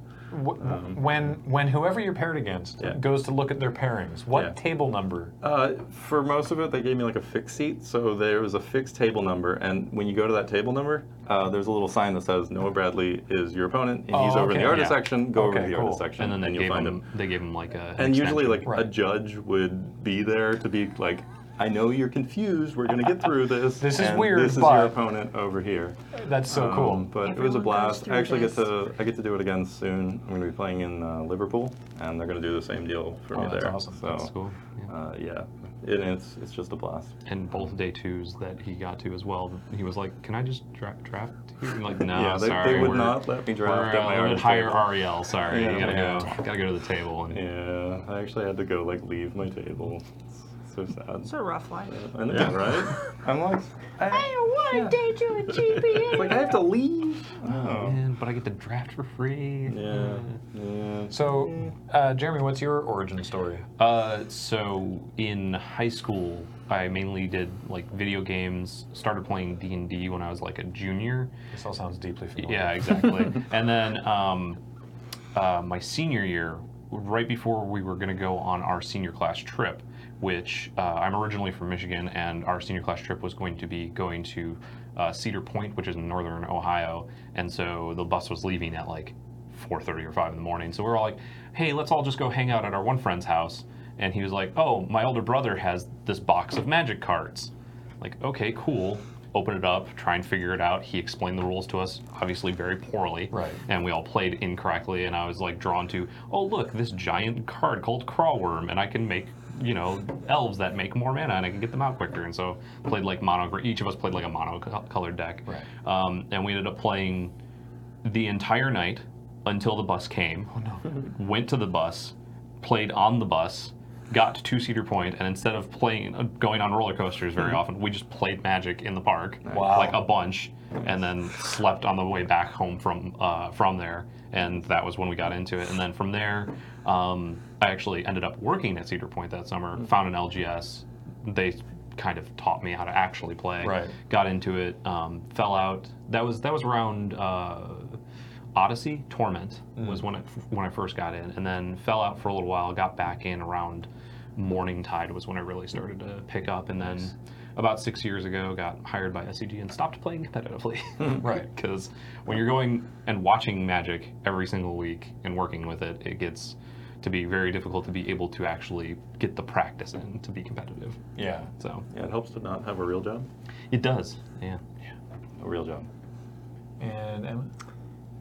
[SPEAKER 1] Wh- when when whoever you're paired against
[SPEAKER 2] um, Yeah.
[SPEAKER 1] goes to look at their pairings, what
[SPEAKER 2] Yeah.
[SPEAKER 1] table number?
[SPEAKER 2] Uh, for most of it, they gave me like a fixed seat, so there was a fixed table number, and when you go to that table number, uh, there's a little sign that says Noah Bradley is your opponent, and he's
[SPEAKER 1] Oh,
[SPEAKER 2] over in the
[SPEAKER 1] okay.
[SPEAKER 2] artist
[SPEAKER 4] Yeah.
[SPEAKER 2] section. Go over
[SPEAKER 1] Okay,
[SPEAKER 2] to the
[SPEAKER 1] cool.
[SPEAKER 2] artist section,
[SPEAKER 4] and then they
[SPEAKER 2] you'll
[SPEAKER 4] gave
[SPEAKER 2] find him.
[SPEAKER 4] him they gave him like a an
[SPEAKER 2] And usually, like a
[SPEAKER 4] extension.
[SPEAKER 1] Right.
[SPEAKER 2] judge would be there to be like, "I know you're confused. We're gonna get through this.
[SPEAKER 1] This is
[SPEAKER 2] and
[SPEAKER 1] weird,
[SPEAKER 2] This is
[SPEAKER 1] but-
[SPEAKER 2] your opponent over here."
[SPEAKER 1] That's so
[SPEAKER 2] Um,
[SPEAKER 1] cool.
[SPEAKER 2] But it was a
[SPEAKER 3] Everyone goes
[SPEAKER 2] blast.
[SPEAKER 3] through
[SPEAKER 2] I actually
[SPEAKER 3] this.
[SPEAKER 2] get to I get to do it again soon. I'm going to be playing in uh, Liverpool, and they're going to do the same deal for
[SPEAKER 1] Oh,
[SPEAKER 2] me
[SPEAKER 1] that's
[SPEAKER 2] there.
[SPEAKER 1] awesome.
[SPEAKER 2] So,
[SPEAKER 4] That's cool. Yeah.
[SPEAKER 2] Uh, yeah, it, it's it's just a blast.
[SPEAKER 4] and both day twos that he got to as well. He was like, "Can I just dra- draft?" You? And like, no,
[SPEAKER 2] yeah, they,
[SPEAKER 4] sorry,
[SPEAKER 2] they would
[SPEAKER 4] we're,
[SPEAKER 2] not let me
[SPEAKER 4] We're
[SPEAKER 2] draft at
[SPEAKER 4] a
[SPEAKER 2] my
[SPEAKER 4] little bit
[SPEAKER 2] artist
[SPEAKER 4] higher
[SPEAKER 2] table.
[SPEAKER 4] REL. Sorry,
[SPEAKER 2] Yeah,
[SPEAKER 4] you gotta
[SPEAKER 2] yeah.
[SPEAKER 4] go. Gotta go to the table. And
[SPEAKER 2] Yeah, I actually had to go like leave my table. It's so sad.
[SPEAKER 3] It's a rough life.
[SPEAKER 2] I know, right? I'm like,
[SPEAKER 3] I
[SPEAKER 2] I,
[SPEAKER 3] don't want to date you in
[SPEAKER 2] it's
[SPEAKER 3] GPA.
[SPEAKER 2] like I have to leave.
[SPEAKER 4] Oh,
[SPEAKER 2] Oh.
[SPEAKER 4] man, but I get to draft for free.
[SPEAKER 2] Yeah, yeah.
[SPEAKER 1] So, uh, Jeremy, what's your origin story?
[SPEAKER 4] Uh, so in high school, I mainly did like video games. Started playing D and D when I was like a junior.
[SPEAKER 1] This all sounds deeply familiar.
[SPEAKER 4] Yeah, exactly. and then um, uh, my senior year, right before we were going to go on our senior class trip, which uh, I'm originally from Michigan, and our senior class trip was going to be going to uh, Cedar Point, which is in northern Ohio, and so the bus was leaving at like 4:30 or 5 in the morning. So we we're all like, "Hey, let's all just go hang out at our one friend's house." And he was like, "Oh, my older brother has this box of magic cards." Like, okay, cool. Open it up, try and figure it out. He explained the rules to us, obviously very poorly.
[SPEAKER 1] Right.
[SPEAKER 4] And we all played incorrectly, and I was like drawn to, oh, look, this giant card called Crawworm, and I can make, you know, elves that make more mana, and I can get them out quicker. And so played like mono, each of us played like a mono co- colored deck.
[SPEAKER 1] Right.
[SPEAKER 4] Um, and we ended up playing the entire night until the bus came. Oh, no. Went to the bus, played on the bus, got to Two Cedar Point, and instead of playing, uh, going on roller coasters very often, we just played Magic in the park,
[SPEAKER 1] Wow.
[SPEAKER 4] like a bunch, and then slept on the way back home from uh, from there. And that was when we got into it. And then from there, um, I actually ended up working at Cedar Point that summer. Found an LGS. They kind of taught me how to actually play
[SPEAKER 1] Right.
[SPEAKER 4] got into it, um, fell out. That was that was around uh, Odyssey Torment
[SPEAKER 1] Hmm.
[SPEAKER 4] was when I, when I first got in, and then fell out for a little while. Got back in around Morning Tide was when I really started to pick up, and then about six years ago got hired by SCG and stopped playing competitively.
[SPEAKER 1] Right.
[SPEAKER 4] Because when you're going and watching Magic every single week and working with it, it gets to be very difficult to be able to actually get the practice in to be competitive.
[SPEAKER 1] Yeah.
[SPEAKER 4] So
[SPEAKER 2] Yeah, it helps to not have a real job.
[SPEAKER 4] it does, yeah.
[SPEAKER 2] A real job.
[SPEAKER 1] And Emma?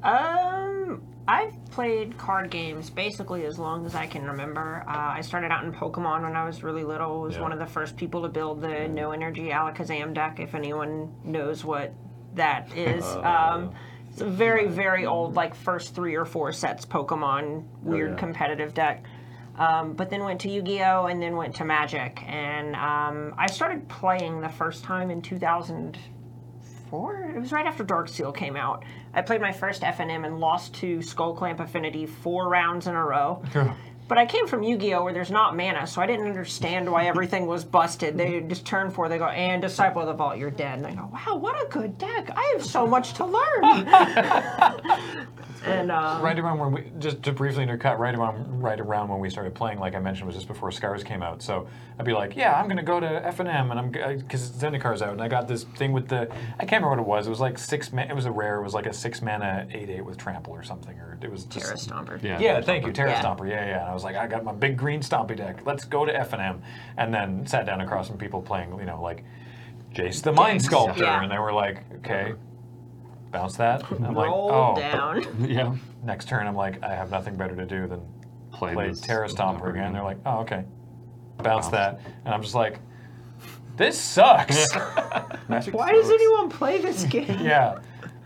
[SPEAKER 3] Um, I've played card games basically as long as I can remember. Uh, I started out in Pokemon when I was really little. Was
[SPEAKER 1] Yeah.
[SPEAKER 3] one of the first people to build the No Energy Alakazam deck. If anyone knows what that is, um, it's a very very old, like first three or four sets Pokemon weird
[SPEAKER 2] yeah.
[SPEAKER 3] competitive deck. Um, but then went to Yu-Gi-Oh and then went to Magic, and um, I started playing the first time in 2000- four. It was right after Dark Seal came out. I played my first FNM and lost to Skullclamp Affinity four rounds in a row. but I came from Yu-Gi-Oh, where there's not mana, so I didn't understand why everything was busted. They just turn four, they go, and Disciple of the Vault, you're dead. And I go, wow, what a good deck! I have so much to learn. and uh,
[SPEAKER 1] Right around when we just to briefly intercut, right around right around when we started playing, like I mentioned, was just before Scars came out. So I'd be like, yeah, I'm gonna go to F and M, and I'm because Zendikar's out, and I got this thing with the I can't remember what it was. It was like six. Man, it was a rare. It was like a six mana eight eight with trample or something, or it was just
[SPEAKER 3] Terra Stomper.
[SPEAKER 1] Yeah, thank you, Terra
[SPEAKER 3] Yeah.
[SPEAKER 1] Stomper. Yeah, yeah. And I was like, I got my big green Stompy deck. Let's go to F and M, and then sat down across from people playing, you know, like Jace the Mind Sculptor,
[SPEAKER 3] Yeah.
[SPEAKER 1] and they were like, okay, bounce that. And I'm like,
[SPEAKER 3] Roll
[SPEAKER 1] oh,
[SPEAKER 3] down.
[SPEAKER 4] Yeah.
[SPEAKER 1] next turn, I'm like, I have nothing better to do than
[SPEAKER 4] Play,
[SPEAKER 1] play
[SPEAKER 4] this
[SPEAKER 1] Terra Stomper again. They're like, oh, okay, bounce
[SPEAKER 4] Bounce.
[SPEAKER 1] that, and I'm just like, this sucks.
[SPEAKER 2] Magic
[SPEAKER 3] Why does anyone play this game?
[SPEAKER 1] yeah,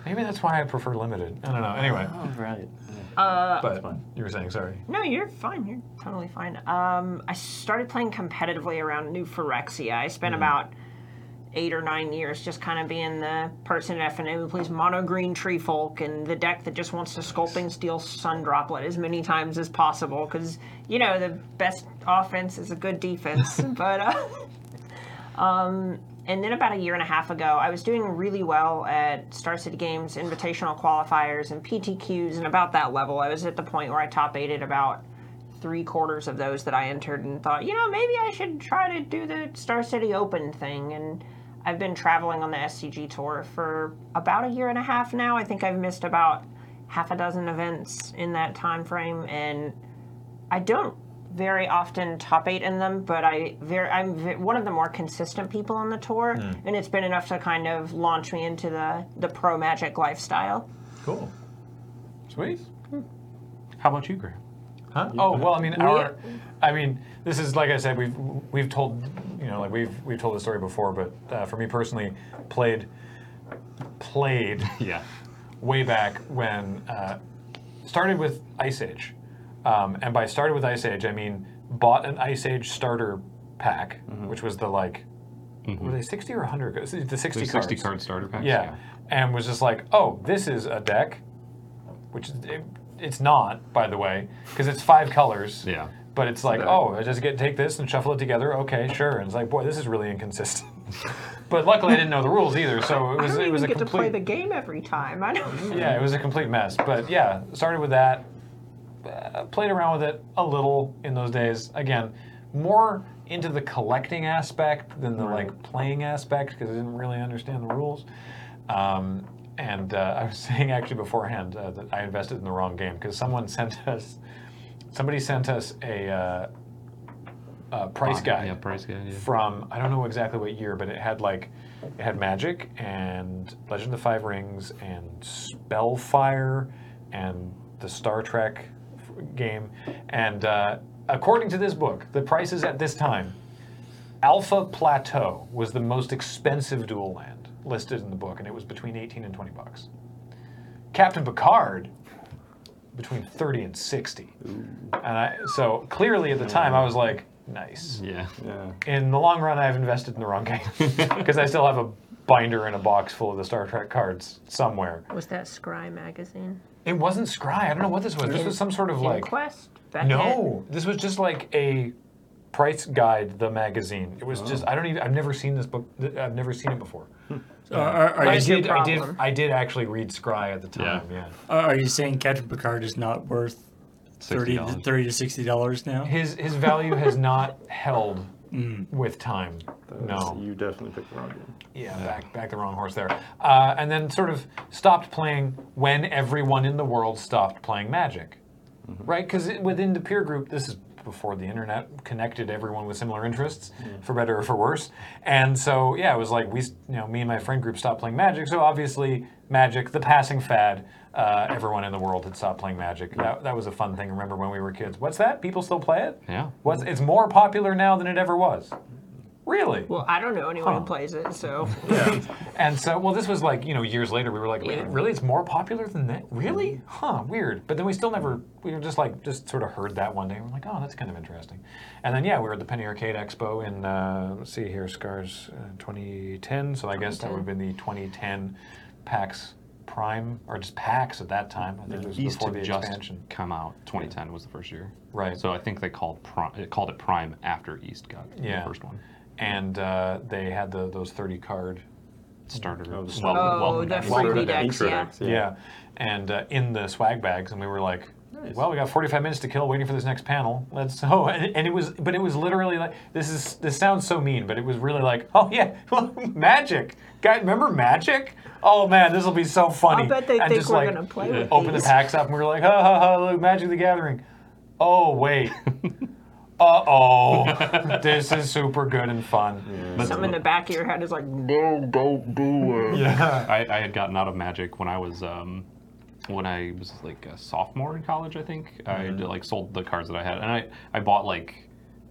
[SPEAKER 1] maybe that's why I prefer limited. I don't know. Anyway.
[SPEAKER 2] Oh, right. Yeah.
[SPEAKER 1] Uh, but
[SPEAKER 2] fine.
[SPEAKER 1] you were saying sorry.
[SPEAKER 3] No, you're fine. You're totally fine. Um, I started playing competitively around New Phyrexia. I spent about eight or nine years just kind of being the person at FNA who plays mono green tree folk and the deck that just wants to sculpting steel sun droplet as many times as possible because you know the best offense is a good defense. but uh, and then about a year and a half ago, I was doing really well at Star City Games invitational qualifiers and PTQs, and about that level, I was at the point where I top aided about three quarters of those that I entered, and thought, you know, maybe I should try to do the Star City Open thing. And I've been traveling on the SCG tour for about a year and a half now. I think I've missed about half a dozen events in that time frame, and I don't very often top eight in them, but I very I'm ve- one of the more consistent people on the tour,
[SPEAKER 1] Hmm.
[SPEAKER 3] and it's been enough to kind of launch me into the the pro magic lifestyle.
[SPEAKER 1] Cool. Sweet.
[SPEAKER 4] How about you, Graham?
[SPEAKER 1] Huh? Oh well, I mean, our, I mean, this is like I said, we've we've told, you know, like we've we've told the story before, but uh, for me personally, played played
[SPEAKER 4] Yeah.
[SPEAKER 1] way back when uh, started with Ice Age, um, and by started with Ice Age, I mean bought an Ice Age starter pack, which was the like, were they sixty or hundred? The Mm-hmm. sixty,
[SPEAKER 4] The 60
[SPEAKER 1] cards.
[SPEAKER 4] card starter packs?
[SPEAKER 1] Yeah. And was just like, oh, this is a deck, which is- it, it's not, by the way, because it's five colors.
[SPEAKER 4] Yeah.
[SPEAKER 1] But it's like,
[SPEAKER 2] deck.
[SPEAKER 1] oh, I just get take this and shuffle it together. Okay, sure. And it's like, boy, this is really inconsistent. but luckily, I didn't know the rules either, so it
[SPEAKER 3] I
[SPEAKER 1] was
[SPEAKER 3] don't
[SPEAKER 1] it was
[SPEAKER 3] even
[SPEAKER 1] a
[SPEAKER 3] get to play
[SPEAKER 1] complete
[SPEAKER 3] the game every time. I don't.
[SPEAKER 1] yeah, it was a complete mess. But yeah, started with that. Uh, played around with it a little in those days. Again, more into the collecting aspect than the like playing aspect because I didn't really understand the rules. Um, and uh, I was saying actually beforehand uh, that I invested in the wrong game because someone sent us, somebody sent us a, uh, a price guide
[SPEAKER 4] Yeah, price guy. Yeah.
[SPEAKER 1] from I don't know exactly what year, but it had like it had magic and Legend of the Five Rings and Spellfire and the Star Trek f- game. And uh, according to this book, the prices at this time, Alpha Plateau was the most expensive dual land listed in the book, and it was between 18 and 20 bucks. Captain Picard between 30 and 60. And I so clearly at the time I was like, nice
[SPEAKER 4] Yeah.
[SPEAKER 2] Yeah.
[SPEAKER 1] in the long run, I've invested in the wrong game because I still have a binder and a box full of the Star Trek cards somewhere.
[SPEAKER 3] Was that Scry magazine?
[SPEAKER 1] It wasn't Scry. I don't know what this was. This was some sort of like
[SPEAKER 3] Inquest.
[SPEAKER 1] no. This was just like a price guide, the magazine. It was just I don't even. I've never seen this book. th- I've never seen it before.
[SPEAKER 6] Are, Uh, are, are
[SPEAKER 1] I
[SPEAKER 6] you,
[SPEAKER 1] did. I did.
[SPEAKER 3] problem.
[SPEAKER 1] I did actually read Scry at the time. Yeah.
[SPEAKER 6] are are you saying Captain Picard is not worth 30 to,
[SPEAKER 4] $60.
[SPEAKER 6] 30 to 60 dollars now?
[SPEAKER 1] His his value has not held with time. No.
[SPEAKER 2] You definitely picked the wrong game.
[SPEAKER 1] Yeah, back back the wrong horse there. Uh, and then sort of stopped playing when everyone in the world stopped playing Magic, right? Because within the peer group, this is before the internet connected everyone with similar interests, for better or for worse. And so yeah, it was like we, s- you know, me and my friend group stopped playing Magic. So obviously, Magic, the passing fad. Uh, everyone in the world had stopped playing Magic. That, that was a fun thing. Remember when we were kids? What's that? People still play it?
[SPEAKER 4] Yeah.
[SPEAKER 1] What's, it's more popular now than it ever was. Really?
[SPEAKER 3] Well, I don't know anyone
[SPEAKER 1] Huh.
[SPEAKER 3] who plays it, so
[SPEAKER 1] And so, well, this was like, you know, years later, we were like, wait, really? It's more popular than that? Really? Huh, weird. But then we still never, we were just like, just sort of heard that one day. and We're like, oh, that's kind of interesting. And then, yeah, we were at the Penny Arcade Expo in, uh, let's see here, Scars uh, 2010. So I guess that would have been the 2010 PAX Prime, or just PAX at that time. I think it was
[SPEAKER 4] Used
[SPEAKER 1] before
[SPEAKER 4] to
[SPEAKER 1] Mm-hmm. the
[SPEAKER 4] just
[SPEAKER 1] expansion.
[SPEAKER 4] come out. 2010 was the first year.
[SPEAKER 1] Right.
[SPEAKER 4] So I think they called prime, it called it Prime after East got
[SPEAKER 1] Yeah.
[SPEAKER 4] the first one.
[SPEAKER 1] And uh, they had the, those 30 card
[SPEAKER 4] Starter.
[SPEAKER 2] Oh, the
[SPEAKER 4] wel-
[SPEAKER 3] Oh,
[SPEAKER 4] welcome
[SPEAKER 3] the
[SPEAKER 4] back.
[SPEAKER 3] free Freaky decks, yeah.
[SPEAKER 1] Yeah. And uh, in the swag bags, and we were like,
[SPEAKER 2] Nice.
[SPEAKER 1] "Well, we got 45 minutes to kill, waiting for this next panel. Let's." Oh, and, and it was, but it was literally like, "This is this sounds so mean," but it was really like, "Oh yeah, magic, guy, remember magic? Oh man, this will be so funny."
[SPEAKER 3] I bet they
[SPEAKER 1] And
[SPEAKER 3] think
[SPEAKER 1] just,
[SPEAKER 3] we're
[SPEAKER 1] like,
[SPEAKER 3] gonna play with
[SPEAKER 1] Open the
[SPEAKER 3] these.
[SPEAKER 1] packs up, and we were like, "Ha ha ha! Look, Magic the Gathering." Oh wait. Uh oh, this is super good and fun.
[SPEAKER 3] some in the back of your head is like,
[SPEAKER 1] Yeah.
[SPEAKER 4] I, I had gotten out of magic when I was um, when I was like a sophomore in college. I think I
[SPEAKER 1] Mm-hmm.
[SPEAKER 4] had, like sold the cards that I had, and I I bought like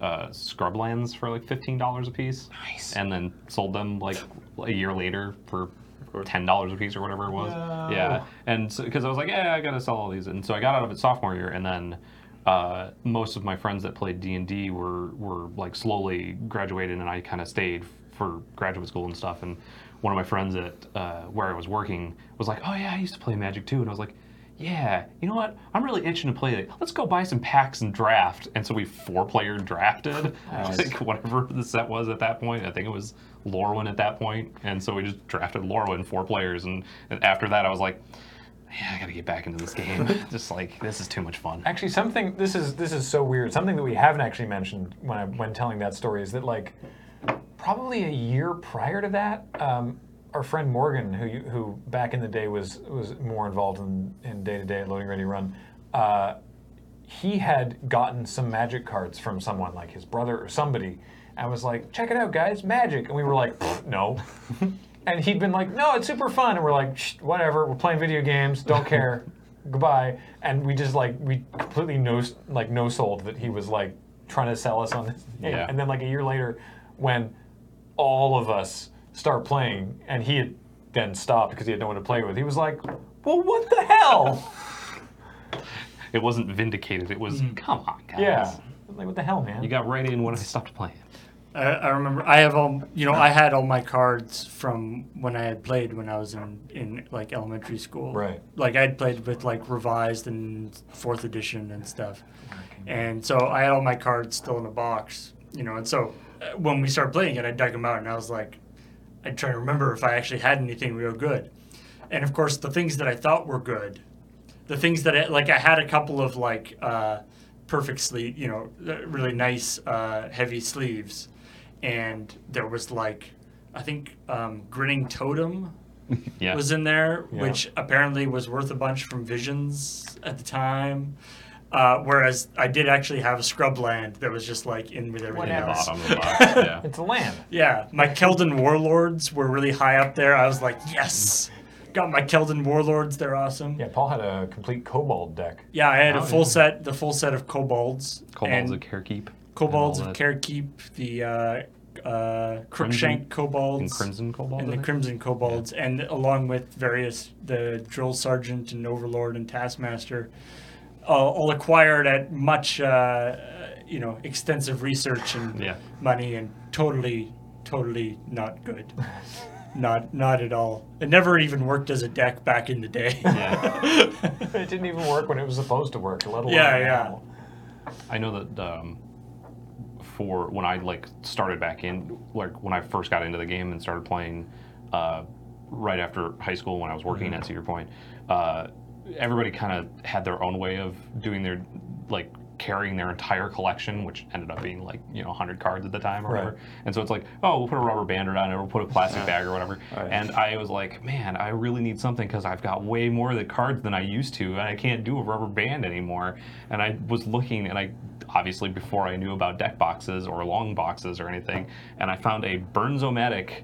[SPEAKER 4] uh, Scrublands for like fifteen dollars a piece, nice. and then sold them like a year later for
[SPEAKER 2] Discord.
[SPEAKER 4] ten dollars a piece or whatever it was.
[SPEAKER 1] No.
[SPEAKER 4] Yeah, and because I was like, yeah, I gotta sell all these, and so I got out of it sophomore year, and then uh, most of my friends that played D and D were were like slowly graduated, and I kind of stayed for graduate school and stuff. And one of my friends at uh, where I was working was like, oh yeah, I used to play Magic too, and I was like. Yeah, you know what? I'm really itching to play it. Let's go buy some packs and draft. And so we four player drafted, like whatever the set was at that point. I think it was Lorwyn at that point. And so we just drafted Lorwyn four players. And, and after that, I was like, yeah, I gotta get back into this game. just like, this is too much fun.
[SPEAKER 1] Actually, something this is this is so weird. Something that we haven't actually mentioned when I, when telling that story is that like probably a year prior to that, um, our friend Morgan, who you- who back in the day was was more involved in in day to day loading ready run, uh, he had gotten some magic cards from someone like his brother or somebody, and was like, check it out, guys, magic, and we were like, "Pfft, no. And he'd been like, no, it's super fun. And we're like, Shh, whatever, we're playing video games, don't care, goodbye. And we just like, we completely no, like, no sold that he was like trying to sell us on this thing.
[SPEAKER 4] Yeah.
[SPEAKER 1] And then like a year later, when all of us start playing and he had then stopped because he had no one to play with, he was like, well, what the hell?
[SPEAKER 4] It wasn't vindicated. It
[SPEAKER 6] Mm-hmm.
[SPEAKER 4] was, come on, guys.
[SPEAKER 1] yeah. Like, what the hell, man?
[SPEAKER 4] You got right in when I stopped playing.
[SPEAKER 6] I, I remember I have all you know I had all my cards from when I had played when I was in in like elementary school.
[SPEAKER 1] Right.
[SPEAKER 6] Like I'd played with like revised and fourth edition and stuff, and so I had all my cards still in a box. You know, and so uh, when we started playing it, I dug them out and I was like, I'd try to remember if I actually had anything real good, and of course the things that I thought were good the things that I, like I had a couple of like uh, perfect sleeve, you know, uh, really nice uh, heavy sleeves, and there was like I think um, grinning totem
[SPEAKER 4] Yeah.
[SPEAKER 6] was in there,
[SPEAKER 1] Yeah.
[SPEAKER 6] which apparently was worth a bunch from Visions at the time. Uh, whereas I did actually have a scrubland that was just like in with everything
[SPEAKER 4] In the
[SPEAKER 3] Whatever.
[SPEAKER 6] else.
[SPEAKER 4] bottom of the box. Yeah.
[SPEAKER 1] It's a land.
[SPEAKER 6] Yeah, my Keldon warlords were really high up there. I was like, yes, got my Keldon warlords. They're awesome.
[SPEAKER 1] Yeah, Paul had a complete kobold deck.
[SPEAKER 6] Yeah, I had
[SPEAKER 4] Oh,
[SPEAKER 6] a full
[SPEAKER 4] yeah.
[SPEAKER 6] set, the full set of kobolds,
[SPEAKER 4] Kobolds of
[SPEAKER 6] and
[SPEAKER 4] Carekeep.
[SPEAKER 6] kobolds
[SPEAKER 4] and all
[SPEAKER 6] of
[SPEAKER 4] that.
[SPEAKER 6] Carekeep, the uh, uh, Crookshank kobolds,
[SPEAKER 4] And Crimson Kobold.
[SPEAKER 6] and
[SPEAKER 4] I
[SPEAKER 6] the
[SPEAKER 4] think?
[SPEAKER 6] Crimson kobolds, and along with various the drill sergeant and overlord and taskmaster, uh, all acquired at much uh, you know extensive research and
[SPEAKER 4] Yeah.
[SPEAKER 6] money, and totally, totally not good. Not, not at all. It never even worked as a deck back in the day.
[SPEAKER 1] it didn't even work when it was supposed to work, let alone
[SPEAKER 6] Yeah, yeah.
[SPEAKER 1] now.
[SPEAKER 4] I know that um, for when I like started back in, like when I first got into the game and started playing uh, right after high school when I was working at Cedar Point, uh, everybody kind of had their own way of doing their like carrying their entire collection, which ended up being like you know 100 cards at the time or
[SPEAKER 1] Right.
[SPEAKER 4] whatever. And so it's like, oh, we'll put a rubber band around it, or we'll put a plastic bag or whatever.
[SPEAKER 2] Alright.
[SPEAKER 4] And I was like, man, I really need something because I've got way more of the cards than I used to, and I can't do a rubber band anymore. And I was looking, and I obviously before I knew about deck boxes or long boxes or anything, and I found a Burnsomatic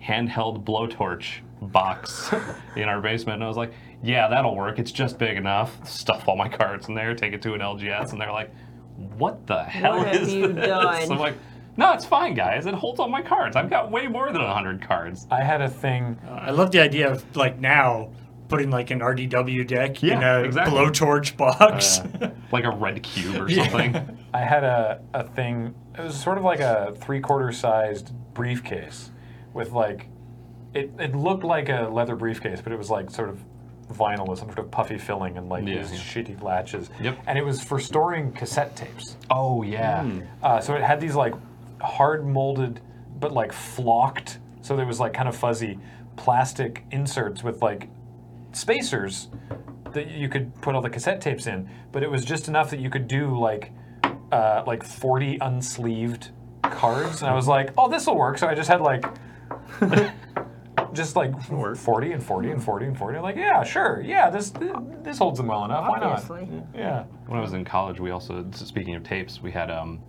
[SPEAKER 4] handheld blowtorch box in our basement, and I was like, yeah, that'll work. It's just big enough. Stuff all my cards in there, take it to an LGS, and they're like, what the hell
[SPEAKER 3] What
[SPEAKER 4] is
[SPEAKER 3] have you
[SPEAKER 4] this?
[SPEAKER 3] done?
[SPEAKER 4] I'm like, no, it's fine, guys. It holds all my cards. I've got way more than 100 cards.
[SPEAKER 1] I had a thing.
[SPEAKER 6] I love the idea of like now putting like an RDW deck in
[SPEAKER 4] Yeah,
[SPEAKER 6] a
[SPEAKER 4] exactly.
[SPEAKER 6] blowtorch box.
[SPEAKER 4] Like a red cube or
[SPEAKER 6] Yeah.
[SPEAKER 4] something.
[SPEAKER 1] I had a, a thing. It was sort of like a three quarter sized briefcase with like. It, it looked like a leather briefcase, but it was like sort of vinyl with some sort of puffy filling and like
[SPEAKER 4] Yeah,
[SPEAKER 1] these
[SPEAKER 4] yeah.
[SPEAKER 1] shitty latches.
[SPEAKER 4] Yep.
[SPEAKER 1] And it was for storing cassette tapes.
[SPEAKER 4] Oh, yeah.
[SPEAKER 1] Uh, so it had these like hard molded, but like flocked, so there was like kind of fuzzy plastic inserts with like spacers that you could put all the cassette tapes in. But it was just enough that you could do like uh, like 40 unsleeved cards, and I was like, oh, this will work. So I just had like. Just like
[SPEAKER 2] work.
[SPEAKER 1] forty and forty and forty and forty, like yeah, sure, yeah, this this holds them well enough. Why
[SPEAKER 3] Obviously.
[SPEAKER 1] not? Yeah,
[SPEAKER 4] When I was in college, we also, speaking of tapes, we had, um,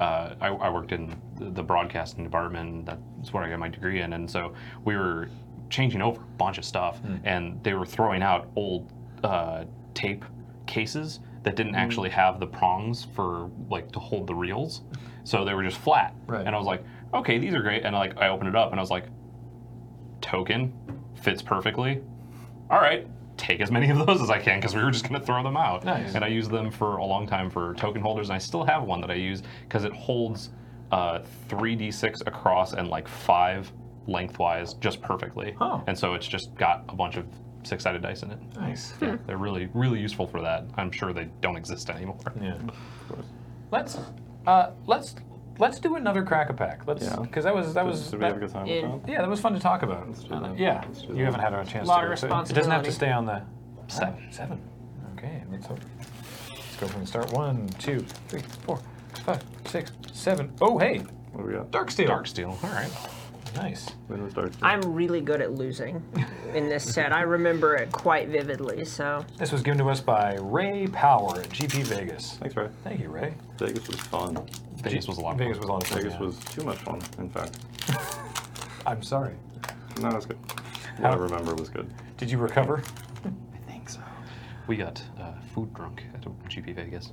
[SPEAKER 4] uh, I, I worked in the- the broadcasting department. That's what I got my degree in. And so we were changing over a bunch of stuff, and they were throwing out old uh, tape cases that didn't actually have the prongs for, like, to hold the reels. So they were just flat.
[SPEAKER 1] Right.
[SPEAKER 4] And I was like, okay, these are great. And like, I opened it up, and I was like, token fits perfectly. All right, take as many of those as I can because we were just going to throw them out.
[SPEAKER 1] Nice.
[SPEAKER 4] And I used them for a long time for token holders, and I still have one that I use because it holds uh, 3d6 across and like five lengthwise just perfectly.
[SPEAKER 1] Huh.
[SPEAKER 4] And so it's just got a bunch of six sided dice in it.
[SPEAKER 1] Nice.
[SPEAKER 4] Yeah, they're really, really useful for that. I'm sure they don't exist anymore.
[SPEAKER 1] Yeah. Let's uh, let's let's do another crack a pack. Let's
[SPEAKER 2] Yeah.
[SPEAKER 1] because that was that
[SPEAKER 2] Did-
[SPEAKER 1] was
[SPEAKER 2] Did we
[SPEAKER 1] that-
[SPEAKER 2] have a good time
[SPEAKER 3] Yeah.
[SPEAKER 2] with that?
[SPEAKER 1] yeah that was fun to talk about.
[SPEAKER 2] do that.
[SPEAKER 1] Yeah,
[SPEAKER 2] Let's do
[SPEAKER 1] you
[SPEAKER 2] that.
[SPEAKER 1] haven't had a chance. to,
[SPEAKER 3] Lot of
[SPEAKER 1] do it, so It doesn't have to
[SPEAKER 3] responsibility.
[SPEAKER 1] stay on the seven. Seven. Okay, let's hope. Let's go from the start. One, two, three, four, five, six, seven. Oh hey,
[SPEAKER 2] What do we got?
[SPEAKER 1] dark steel.
[SPEAKER 4] Dark steel. All right.
[SPEAKER 1] Nice.
[SPEAKER 2] When was dark?
[SPEAKER 3] I'm really good at losing in this set. I remember it quite vividly, so
[SPEAKER 1] This was given to us by Ray Power at GP Vegas.
[SPEAKER 2] Thanks, Ray.
[SPEAKER 1] Thank you, Ray.
[SPEAKER 2] Vegas was fun.
[SPEAKER 4] Vegas was a lot of
[SPEAKER 1] Vegas was
[SPEAKER 4] fun.
[SPEAKER 1] a lot of fun.
[SPEAKER 2] Vegas
[SPEAKER 1] yeah.
[SPEAKER 2] was too much fun, in fact.
[SPEAKER 1] I'm sorry.
[SPEAKER 2] Not as good. What I
[SPEAKER 1] How-
[SPEAKER 2] remember was good.
[SPEAKER 1] Did you recover?
[SPEAKER 2] I think so.
[SPEAKER 4] We got uh, food drunk at GP Vegas.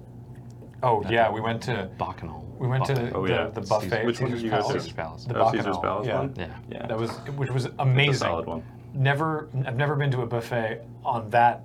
[SPEAKER 1] Oh yeah, we went to
[SPEAKER 4] Bacchanal.
[SPEAKER 1] We went to
[SPEAKER 4] Buffet.
[SPEAKER 2] Oh,
[SPEAKER 1] the,
[SPEAKER 2] yeah.
[SPEAKER 1] the buffet.
[SPEAKER 2] Which one
[SPEAKER 1] Caesar's
[SPEAKER 2] did you guys
[SPEAKER 1] Palace.
[SPEAKER 4] Caesar's Palace.
[SPEAKER 1] The
[SPEAKER 2] Oh, Caesar's
[SPEAKER 1] Bacchanal,
[SPEAKER 2] Palace
[SPEAKER 1] yeah.
[SPEAKER 2] one?
[SPEAKER 4] Yeah.
[SPEAKER 2] Yeah.
[SPEAKER 1] That was which was
[SPEAKER 2] It's
[SPEAKER 1] amazing.
[SPEAKER 2] a solid one.
[SPEAKER 1] Never, I've never been to a buffet on that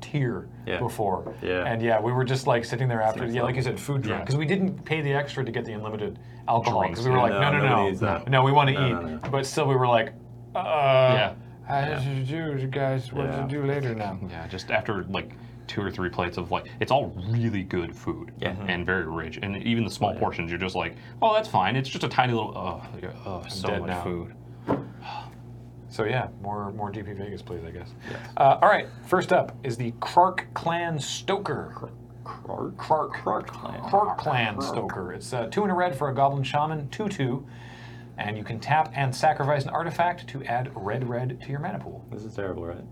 [SPEAKER 1] tier
[SPEAKER 2] Yeah.
[SPEAKER 1] before.
[SPEAKER 2] Yeah.
[SPEAKER 1] And yeah, we were just like sitting there after,
[SPEAKER 2] next
[SPEAKER 1] yeah, like you
[SPEAKER 2] level.
[SPEAKER 1] said, food drunk
[SPEAKER 4] Yeah.
[SPEAKER 1] because we didn't pay the extra to get the unlimited alcohol
[SPEAKER 4] Drinks,
[SPEAKER 1] because we were
[SPEAKER 4] yeah.
[SPEAKER 1] like, no, no,
[SPEAKER 2] No, nobody
[SPEAKER 1] no,
[SPEAKER 2] needs that.
[SPEAKER 1] no, we want to
[SPEAKER 2] No,
[SPEAKER 1] eat,
[SPEAKER 2] no, no.
[SPEAKER 1] but still we were like, uh,
[SPEAKER 4] Yeah.
[SPEAKER 1] I yeah. should do you guys what
[SPEAKER 2] Yeah.
[SPEAKER 1] to do later now.
[SPEAKER 4] Yeah, just after like two or three plates of like, it's all really good food
[SPEAKER 2] Yeah.
[SPEAKER 4] and very rich. And even the small portions, you're just like, oh, that's fine. It's just a tiny little, oh, you're- oh so
[SPEAKER 1] dead
[SPEAKER 4] much
[SPEAKER 1] now.
[SPEAKER 4] food.
[SPEAKER 1] So yeah, more more GP Vegas, please, I guess. Uh, all right, first up is the Clark Clan Stoker.
[SPEAKER 2] Clark?
[SPEAKER 1] Clark.
[SPEAKER 2] Clark Clan.
[SPEAKER 1] Clark Clan Stoker. It's uh, two in a red for a Goblin Shaman, 2 2. And you can tap and sacrifice an artifact to add red red to your mana pool.
[SPEAKER 2] This is terrible, right?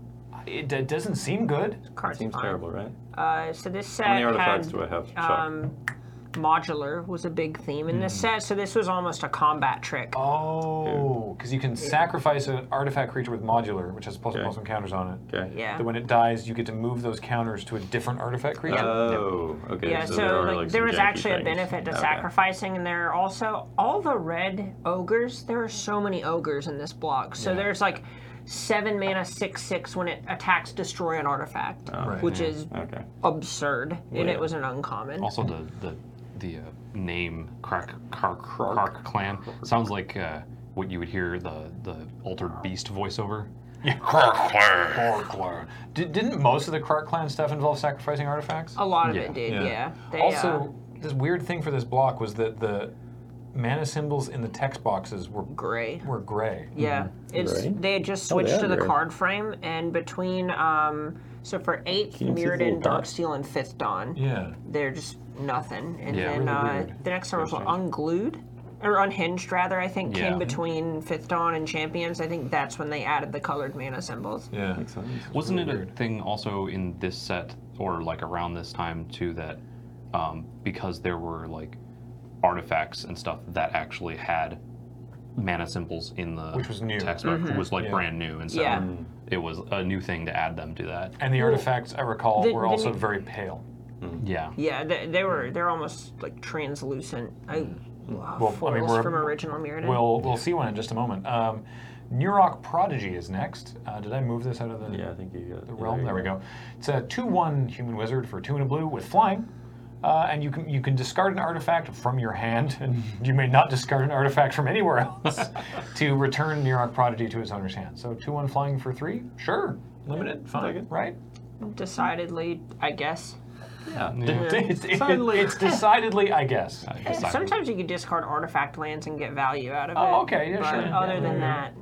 [SPEAKER 1] It d- doesn't seem good.
[SPEAKER 3] cards
[SPEAKER 2] Seems
[SPEAKER 3] fine.
[SPEAKER 2] terrible, right?
[SPEAKER 3] Uh, so this set
[SPEAKER 2] How many artifacts
[SPEAKER 3] had um,
[SPEAKER 2] do I have? Chuck?
[SPEAKER 3] modular was a big theme in this
[SPEAKER 2] Hmm.
[SPEAKER 3] set, so this was almost a combat trick.
[SPEAKER 1] Oh, because you can sacrifice an artifact creature with modular, which has plus
[SPEAKER 2] Okay.
[SPEAKER 1] plus one counters on it.
[SPEAKER 2] okay.
[SPEAKER 3] yeah.
[SPEAKER 1] Then when it dies, you get to move those counters to a different artifact creature.
[SPEAKER 2] Oh, okay.
[SPEAKER 3] Yeah, so,
[SPEAKER 2] there, are,
[SPEAKER 3] like,
[SPEAKER 2] like,
[SPEAKER 3] there
[SPEAKER 2] some
[SPEAKER 3] was
[SPEAKER 2] janky
[SPEAKER 3] actually a
[SPEAKER 2] things.
[SPEAKER 3] benefit to
[SPEAKER 2] Okay.
[SPEAKER 3] sacrificing, and there are also all the red ogres. There are so many ogres in this block. So there's like seven mana, six six when it attacks, destroy an artifact,
[SPEAKER 1] Right.
[SPEAKER 3] which is
[SPEAKER 2] Okay.
[SPEAKER 3] absurd, and
[SPEAKER 2] Oh, Yeah.
[SPEAKER 3] it was an uncommon.
[SPEAKER 4] Also, the the the uh, name Crack Kark Kark Clan sounds like uh, what you would hear the the altered beast voiceover.
[SPEAKER 1] Yeah, Clark Clan. Clark Clan. Did, didn't most of the Clark Clan stuff involve sacrificing artifacts?
[SPEAKER 3] a lot of
[SPEAKER 4] Yeah.
[SPEAKER 3] it did,
[SPEAKER 1] Yeah.
[SPEAKER 3] Oh, yeah. They, uh,
[SPEAKER 1] Also, this weird thing for this block was that the mana symbols in the text boxes were
[SPEAKER 3] uh, gray.
[SPEAKER 1] were gray.
[SPEAKER 3] Yeah, it's
[SPEAKER 2] Right.
[SPEAKER 3] they had just
[SPEAKER 2] Mm-hmm. Oh, they
[SPEAKER 3] switched
[SPEAKER 2] are
[SPEAKER 3] to the
[SPEAKER 2] great.
[SPEAKER 3] card frame, and between um, so for eighth
[SPEAKER 2] you see the
[SPEAKER 3] Mirrodin,
[SPEAKER 2] little dot?
[SPEAKER 3] Darksteel, and fifth Dawn,
[SPEAKER 1] Yeah.
[SPEAKER 3] they're just nothing. And
[SPEAKER 4] Yeah,
[SPEAKER 3] then
[SPEAKER 4] really
[SPEAKER 3] uh,
[SPEAKER 1] weird.
[SPEAKER 3] the next one was unglued or unhinged, rather. I think
[SPEAKER 4] Yeah.
[SPEAKER 3] came between fifth Dawn and Champions. I think that's when they added the colored mana symbols.
[SPEAKER 1] Yeah.
[SPEAKER 2] Makes sense.
[SPEAKER 4] Wasn't it a thing also in this set or like around this time too that um, because there were like artifacts and stuff that actually had mana symbols in the
[SPEAKER 1] Which was new.
[SPEAKER 4] text book was like brand new and so
[SPEAKER 3] Mm-hmm. Yeah.
[SPEAKER 4] it was a new thing to add them to that.
[SPEAKER 1] And the artifacts I recall
[SPEAKER 3] The-
[SPEAKER 1] were
[SPEAKER 3] the
[SPEAKER 1] also
[SPEAKER 3] ne-
[SPEAKER 1] very pale.
[SPEAKER 4] Yeah.
[SPEAKER 3] Yeah, they, they were they're almost like translucent. I love
[SPEAKER 1] Mm. Well, I mean,
[SPEAKER 3] foils
[SPEAKER 1] we're-
[SPEAKER 3] from original Mirrodin.
[SPEAKER 1] We'll we'll see one in just a moment. Um, Nurok Prodigy is next. Uh, did I move this out of the
[SPEAKER 2] Yeah, I think you got
[SPEAKER 1] the realm. There we go. It's a two-one human wizard for two and a blue with flying, uh, and you can you can discard an artifact from your hand, and you may not discard an artifact from anywhere else to return Nirok Prodigy to its owner's hand. So two-one flying for three, sure, limited, fine, right?
[SPEAKER 3] Decidedly, I guess.
[SPEAKER 2] Yeah.
[SPEAKER 1] It's, it-
[SPEAKER 2] Decidedly.
[SPEAKER 1] it's decidedly, I guess.
[SPEAKER 4] I guess I-
[SPEAKER 3] Sometimes you could discard artifact lands and get value out of it.
[SPEAKER 1] Oh, okay, yeah,
[SPEAKER 3] but
[SPEAKER 1] sure.
[SPEAKER 3] Other
[SPEAKER 1] Yeah, yeah,
[SPEAKER 3] than that,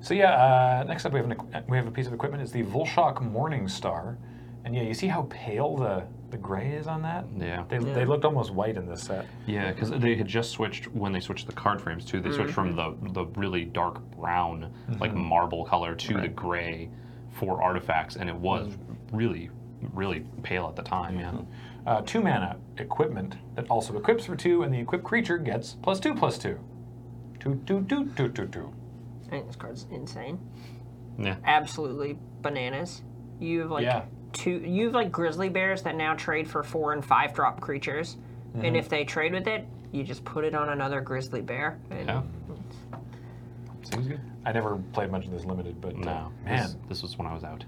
[SPEAKER 1] So yeah, uh, next up we have an, equ- we have a piece of equipment. It's the Volshock Morning Star, and yeah, you see how pale the the gray is on that.
[SPEAKER 4] Yeah.
[SPEAKER 1] They, they looked almost white in this set.
[SPEAKER 4] Yeah, because they had just switched when they switched the card frames too. They switched from the the really dark brown, like marble color, to the gray for artifacts, and it was really, really pale at the time. Yeah,
[SPEAKER 1] uh, two mana equipment that also equips for two, and the equipped creature gets plus two plus two. Two, two, two, two, two, two.
[SPEAKER 3] I think this card's insane.
[SPEAKER 4] yeah.
[SPEAKER 3] absolutely bananas. You have like
[SPEAKER 1] Yeah.
[SPEAKER 3] two. You have like grizzly bears that now trade for four and five drop creatures,
[SPEAKER 1] Mm-hmm.
[SPEAKER 3] and if they trade with it, you just put it on another grizzly bear. And
[SPEAKER 4] Yeah. It was good.
[SPEAKER 1] I never played much of this limited, but uh,
[SPEAKER 4] No,
[SPEAKER 1] man,
[SPEAKER 4] this, this was when I was out.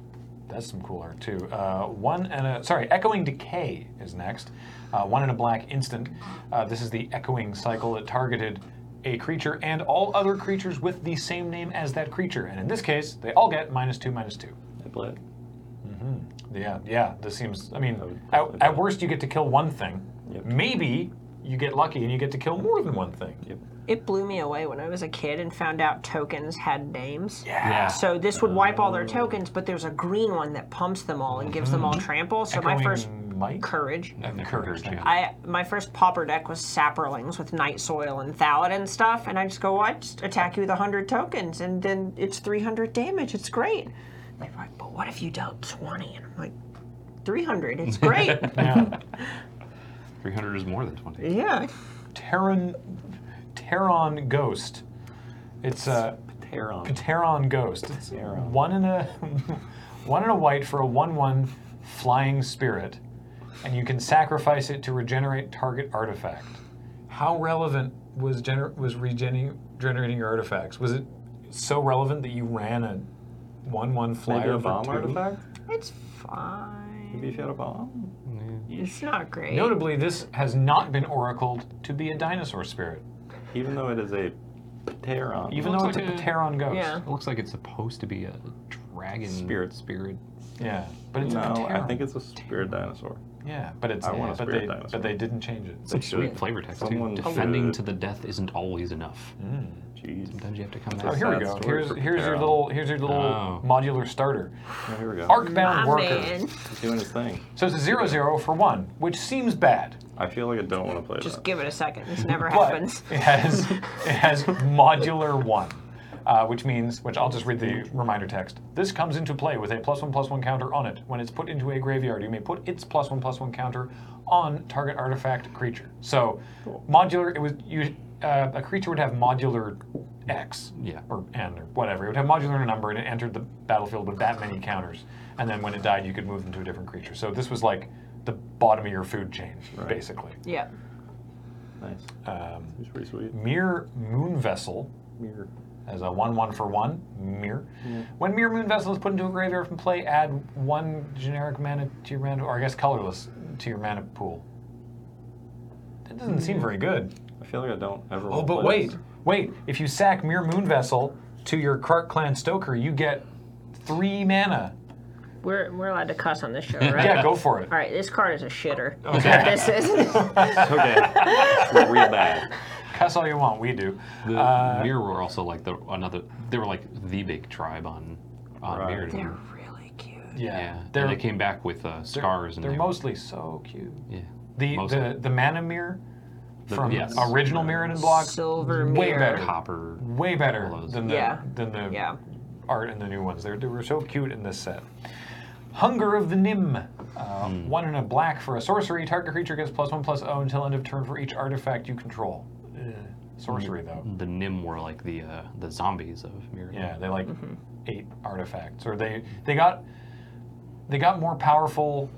[SPEAKER 1] That's some cool art too. Uh, one and a sorry, echoing decay is next. Uh, one and a black instant. Uh, this is the echoing cycle that targeted a creature and all other creatures with the same name as that creature, and in this case, they all get minus two, minus two.
[SPEAKER 2] I play it.
[SPEAKER 1] Yeah, yeah. This seems. I mean,
[SPEAKER 2] I would
[SPEAKER 1] at,
[SPEAKER 2] definitely
[SPEAKER 1] at
[SPEAKER 2] do.
[SPEAKER 1] worst, you get to kill one thing.
[SPEAKER 2] Yep.
[SPEAKER 1] Maybe you get lucky and you get to kill more than one thing.
[SPEAKER 2] Yep.
[SPEAKER 3] It blew me away when I was a kid and found out tokens had names.
[SPEAKER 1] Yeah.
[SPEAKER 3] So this would wipe all their tokens, but there's a green one that pumps them all and gives them all trample. So my
[SPEAKER 1] Mm-hmm. Echoing
[SPEAKER 3] first
[SPEAKER 1] might.
[SPEAKER 3] courage.
[SPEAKER 1] And courage.
[SPEAKER 4] Courage,
[SPEAKER 1] yeah.
[SPEAKER 4] yeah.
[SPEAKER 3] I my first pauper deck was sapperlings with night soil and thaladin and stuff, and I just go, well, I just attack you with hundred tokens, and then it's three hundred damage. It's great. They're like, but what if you dealt twenty? And I'm like, three hundred. It's great.
[SPEAKER 1] Yeah.
[SPEAKER 4] 300 is more than 20.
[SPEAKER 3] yeah.
[SPEAKER 1] Terran, Terran Ghost. It's a
[SPEAKER 2] Teron.
[SPEAKER 1] Pteron Ghost. It's one in a one in a white for a one-one flying spirit, and you can sacrifice it to regenerate target artifact. How relevant was gener- was regenerating generating your artifacts? Was it so relevant that you ran a one-one
[SPEAKER 2] Maybe
[SPEAKER 1] flyer
[SPEAKER 2] a
[SPEAKER 1] for
[SPEAKER 2] bomb
[SPEAKER 1] two?
[SPEAKER 2] artifact?
[SPEAKER 3] It's fine.
[SPEAKER 2] Maybe if you had a bomb?
[SPEAKER 3] It's not great.
[SPEAKER 1] Notably, this has not been oracled to be a dinosaur spirit,
[SPEAKER 2] Even though it is a Pteron.
[SPEAKER 1] even
[SPEAKER 4] Looks
[SPEAKER 1] though it's
[SPEAKER 4] like
[SPEAKER 1] a
[SPEAKER 4] a-
[SPEAKER 1] Pteron Ghost.
[SPEAKER 3] Yeah.
[SPEAKER 4] It looks like it's supposed to be a dragon
[SPEAKER 2] Spirit.
[SPEAKER 4] spirit.
[SPEAKER 1] Yeah, but it's a
[SPEAKER 2] no, I
[SPEAKER 1] Pteron.
[SPEAKER 2] think it's a spirit dinosaur.
[SPEAKER 1] Yeah, but it's
[SPEAKER 2] I want a
[SPEAKER 1] but
[SPEAKER 2] spirit
[SPEAKER 1] they
[SPEAKER 2] dinosaur.
[SPEAKER 1] but they didn't change it.
[SPEAKER 4] Some
[SPEAKER 2] should.
[SPEAKER 4] sweet flavor text. too.
[SPEAKER 2] Someone
[SPEAKER 4] Defending
[SPEAKER 2] should.
[SPEAKER 4] to the death isn't always enough.
[SPEAKER 2] Jeez.
[SPEAKER 4] Sometimes you have to come
[SPEAKER 1] Oh,
[SPEAKER 4] back.
[SPEAKER 1] here we
[SPEAKER 2] sad
[SPEAKER 1] go.
[SPEAKER 2] story
[SPEAKER 1] Here's
[SPEAKER 2] for
[SPEAKER 1] here's your
[SPEAKER 2] Pteron.
[SPEAKER 1] little here's your little
[SPEAKER 4] Oh.
[SPEAKER 1] modular starter.
[SPEAKER 2] Oh, here we go.
[SPEAKER 1] Arcbound
[SPEAKER 3] My
[SPEAKER 1] worker.
[SPEAKER 3] man.
[SPEAKER 2] He's doing his thing.
[SPEAKER 1] So it's a zero zero for one, which seems bad,
[SPEAKER 2] I feel like I don't want to play
[SPEAKER 3] Just
[SPEAKER 2] that.
[SPEAKER 3] give it a second. This never
[SPEAKER 1] but
[SPEAKER 3] happens.
[SPEAKER 1] it has it has modular one. Uh, which means, which I'll just read the reminder text. This comes into play with a plus one plus one counter on it. When it's put into a graveyard, you may put its plus one plus one counter on target artifact creature. So, modular. It was you. Uh, a creature would have modular X,
[SPEAKER 4] Yeah.
[SPEAKER 1] or N, or whatever. It would have modular in a number, and it entered the battlefield with that many counters. And then when it died, you could move them to a different creature. So this was like the bottom of your food chain,
[SPEAKER 2] Right.
[SPEAKER 1] basically.
[SPEAKER 3] yeah.
[SPEAKER 2] Nice.
[SPEAKER 1] Um,
[SPEAKER 2] He's pretty sweet.
[SPEAKER 1] Mere Moon Vessel
[SPEAKER 2] mm, Weird.
[SPEAKER 1] as a 1 1 for 1. Mirror. When Mirror Moon Vessel is put into a graveyard from play, add one generic mana to your mana, or I guess colorless, to your mana pool. That doesn't seem very good.
[SPEAKER 2] I feel like I don't ever
[SPEAKER 1] Oh,
[SPEAKER 2] want to
[SPEAKER 1] but
[SPEAKER 2] play
[SPEAKER 1] wait, wait. If you sack Mirror Moon Vessel to your Clark Clan Stoker, you get three mana.
[SPEAKER 3] We're, we're allowed to cuss on this show, right?
[SPEAKER 1] Yeah, go for it.
[SPEAKER 3] All right, this card is a shitter. This is.
[SPEAKER 2] This. Okay. We're real bad.
[SPEAKER 1] Cuss all you want, we do.
[SPEAKER 4] The
[SPEAKER 1] Uh,
[SPEAKER 4] Mir were also like the another. They were like the big tribe on on
[SPEAKER 2] Right.
[SPEAKER 4] Mir.
[SPEAKER 3] They're really cute.
[SPEAKER 1] Yeah.
[SPEAKER 4] Yeah,
[SPEAKER 1] They're,
[SPEAKER 4] and they came back with uh,
[SPEAKER 1] they're-
[SPEAKER 4] scars and
[SPEAKER 1] They're
[SPEAKER 4] they were-
[SPEAKER 1] mostly so cute.
[SPEAKER 4] yeah.
[SPEAKER 1] The,
[SPEAKER 4] Mostly.
[SPEAKER 1] the, the mana mirror from
[SPEAKER 4] yes.
[SPEAKER 1] original Mirrodin block,
[SPEAKER 3] Silver
[SPEAKER 1] way
[SPEAKER 3] mirror.
[SPEAKER 1] better.
[SPEAKER 4] copper.
[SPEAKER 1] way better
[SPEAKER 4] All those.
[SPEAKER 1] than the
[SPEAKER 3] Yeah.
[SPEAKER 1] than the
[SPEAKER 3] Yeah.
[SPEAKER 1] art in the new ones. They're, they were so cute in this set. Hunger of the Nim. Uh,
[SPEAKER 4] Hmm.
[SPEAKER 1] One in a black for a sorcery. Target creature gets plus one plus oh until end of turn for each artifact you control. Eh, Sorcery though.
[SPEAKER 4] The Nim were like the uh, the zombies of Mir.
[SPEAKER 1] Yeah, they like eight artifacts, or they they got they got more powerful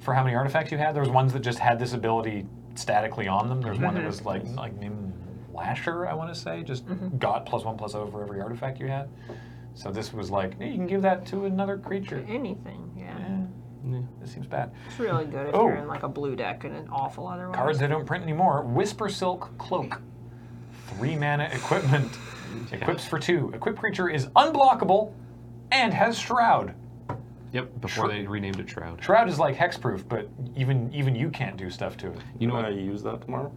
[SPEAKER 1] for how many artifacts you had. There was ones that just had this ability statically on them. There's one that was like like named Lasher, I want to say, just got plus one plus zero for every artifact you had. So this was like hey, you can give that to another creature.
[SPEAKER 3] Anything, yeah.
[SPEAKER 4] Yeah.
[SPEAKER 1] This seems bad.
[SPEAKER 3] It's really good if
[SPEAKER 1] Oh.
[SPEAKER 3] you're in like a blue deck and an awful other one.
[SPEAKER 1] Cards they don't print anymore. Whisper Silk Cloak, three mana equipment. Equips for two. Equip creature is unblockable, and has Shroud.
[SPEAKER 4] Yep. Before
[SPEAKER 1] Shroud-
[SPEAKER 4] they renamed it Shroud.
[SPEAKER 1] Shroud is like hexproof, but even even you can't do stuff to it.
[SPEAKER 4] You know
[SPEAKER 2] Can
[SPEAKER 4] what?
[SPEAKER 2] I use that tomorrow?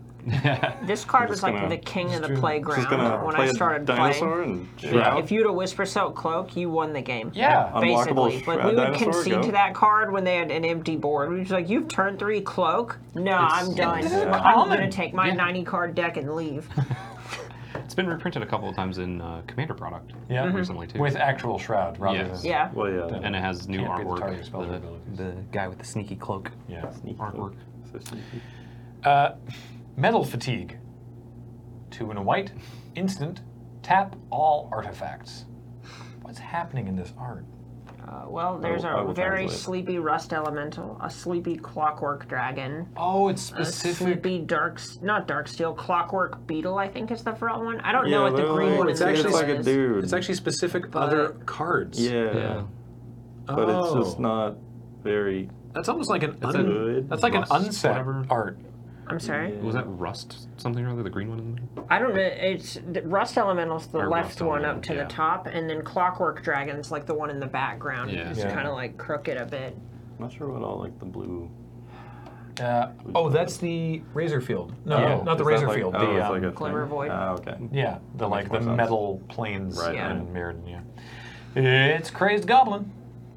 [SPEAKER 3] This card
[SPEAKER 2] I'm
[SPEAKER 3] was
[SPEAKER 2] just
[SPEAKER 3] like
[SPEAKER 2] gonna-
[SPEAKER 3] the king of the
[SPEAKER 1] doing-
[SPEAKER 3] playground
[SPEAKER 2] Just gonna
[SPEAKER 3] when
[SPEAKER 2] play
[SPEAKER 3] I started
[SPEAKER 2] a dinosaur
[SPEAKER 3] playing.
[SPEAKER 2] and shroud.
[SPEAKER 3] If you'd have Whisper Silk Cloak, you won the game.
[SPEAKER 1] Yeah.
[SPEAKER 2] Um, Unblockable
[SPEAKER 3] Basically, like
[SPEAKER 2] Shroud
[SPEAKER 3] we would
[SPEAKER 2] Dinosaur,
[SPEAKER 3] concede
[SPEAKER 2] go.
[SPEAKER 3] to that card when they had an empty board. We was like, "You've turned three cloak. No, I'm done.
[SPEAKER 1] this is
[SPEAKER 3] I'm
[SPEAKER 1] common.
[SPEAKER 3] gonna take my
[SPEAKER 4] Yeah.
[SPEAKER 3] 90 card deck and leave."
[SPEAKER 4] It's been reprinted a couple of times in uh, Commander product.
[SPEAKER 1] Yeah.
[SPEAKER 4] Recently too.
[SPEAKER 1] With actual shroud rather
[SPEAKER 4] Yes.
[SPEAKER 1] than
[SPEAKER 3] yeah,
[SPEAKER 2] Well, yeah.
[SPEAKER 4] and it has new
[SPEAKER 1] Can't be the
[SPEAKER 4] artwork.
[SPEAKER 1] target spell abilities.
[SPEAKER 4] guy with the sneaky cloak.
[SPEAKER 1] yeah.
[SPEAKER 2] Sneaky
[SPEAKER 4] Artwork.
[SPEAKER 2] So sneaky.
[SPEAKER 1] Uh, metal fatigue. Two in a white, instant, tap all artifacts. What's happening in this art?
[SPEAKER 3] Uh, well, there's
[SPEAKER 2] I
[SPEAKER 3] a
[SPEAKER 2] will
[SPEAKER 3] very
[SPEAKER 2] translate.
[SPEAKER 3] sleepy rust elemental, a sleepy clockwork dragon,
[SPEAKER 1] Oh, it's
[SPEAKER 3] a
[SPEAKER 1] specific.
[SPEAKER 3] sleepy dark, s- not dark steel, clockwork beetle. I think is the front one. I don't
[SPEAKER 2] Yeah,
[SPEAKER 3] know what the
[SPEAKER 2] they're
[SPEAKER 3] green
[SPEAKER 2] like-
[SPEAKER 3] one
[SPEAKER 2] it's
[SPEAKER 3] is.
[SPEAKER 2] actually like a
[SPEAKER 3] is.
[SPEAKER 2] dude.
[SPEAKER 7] It's actually specific
[SPEAKER 3] But-
[SPEAKER 7] other cards.
[SPEAKER 2] yeah,
[SPEAKER 4] Yeah.
[SPEAKER 2] but it's just
[SPEAKER 7] Oh.
[SPEAKER 2] not very.
[SPEAKER 1] That's almost like an
[SPEAKER 2] a
[SPEAKER 1] un,
[SPEAKER 2] good
[SPEAKER 1] that's like an
[SPEAKER 4] rust,
[SPEAKER 1] unset
[SPEAKER 4] whatever.
[SPEAKER 1] art.
[SPEAKER 3] I'm sorry.
[SPEAKER 4] Was that rust something or other? The green one in the middle?
[SPEAKER 3] I don't know. It's the rust elemental's the
[SPEAKER 4] Or
[SPEAKER 3] left
[SPEAKER 4] Rust
[SPEAKER 3] one up
[SPEAKER 4] Elemental,
[SPEAKER 3] to
[SPEAKER 4] yeah.
[SPEAKER 3] the top, and then clockwork dragons like the one in the background.
[SPEAKER 4] Yeah.
[SPEAKER 3] It's
[SPEAKER 1] Yeah.
[SPEAKER 3] kind of like crooked a bit.
[SPEAKER 2] I'm not sure what all like the blue.
[SPEAKER 1] Uh, oh, that's the razor field. No,
[SPEAKER 2] Oh,
[SPEAKER 1] not the
[SPEAKER 2] is that
[SPEAKER 1] razor
[SPEAKER 2] like-
[SPEAKER 1] field.
[SPEAKER 2] Oh,
[SPEAKER 1] the
[SPEAKER 2] it's
[SPEAKER 1] um,
[SPEAKER 2] like a
[SPEAKER 3] Glimmer
[SPEAKER 2] thing.
[SPEAKER 3] Void.
[SPEAKER 2] Ah, okay.
[SPEAKER 1] yeah, the like the
[SPEAKER 2] more sense.
[SPEAKER 1] metal planes
[SPEAKER 2] Right,
[SPEAKER 3] Yeah.
[SPEAKER 1] in Mirrodin. Yeah, it's crazed goblin.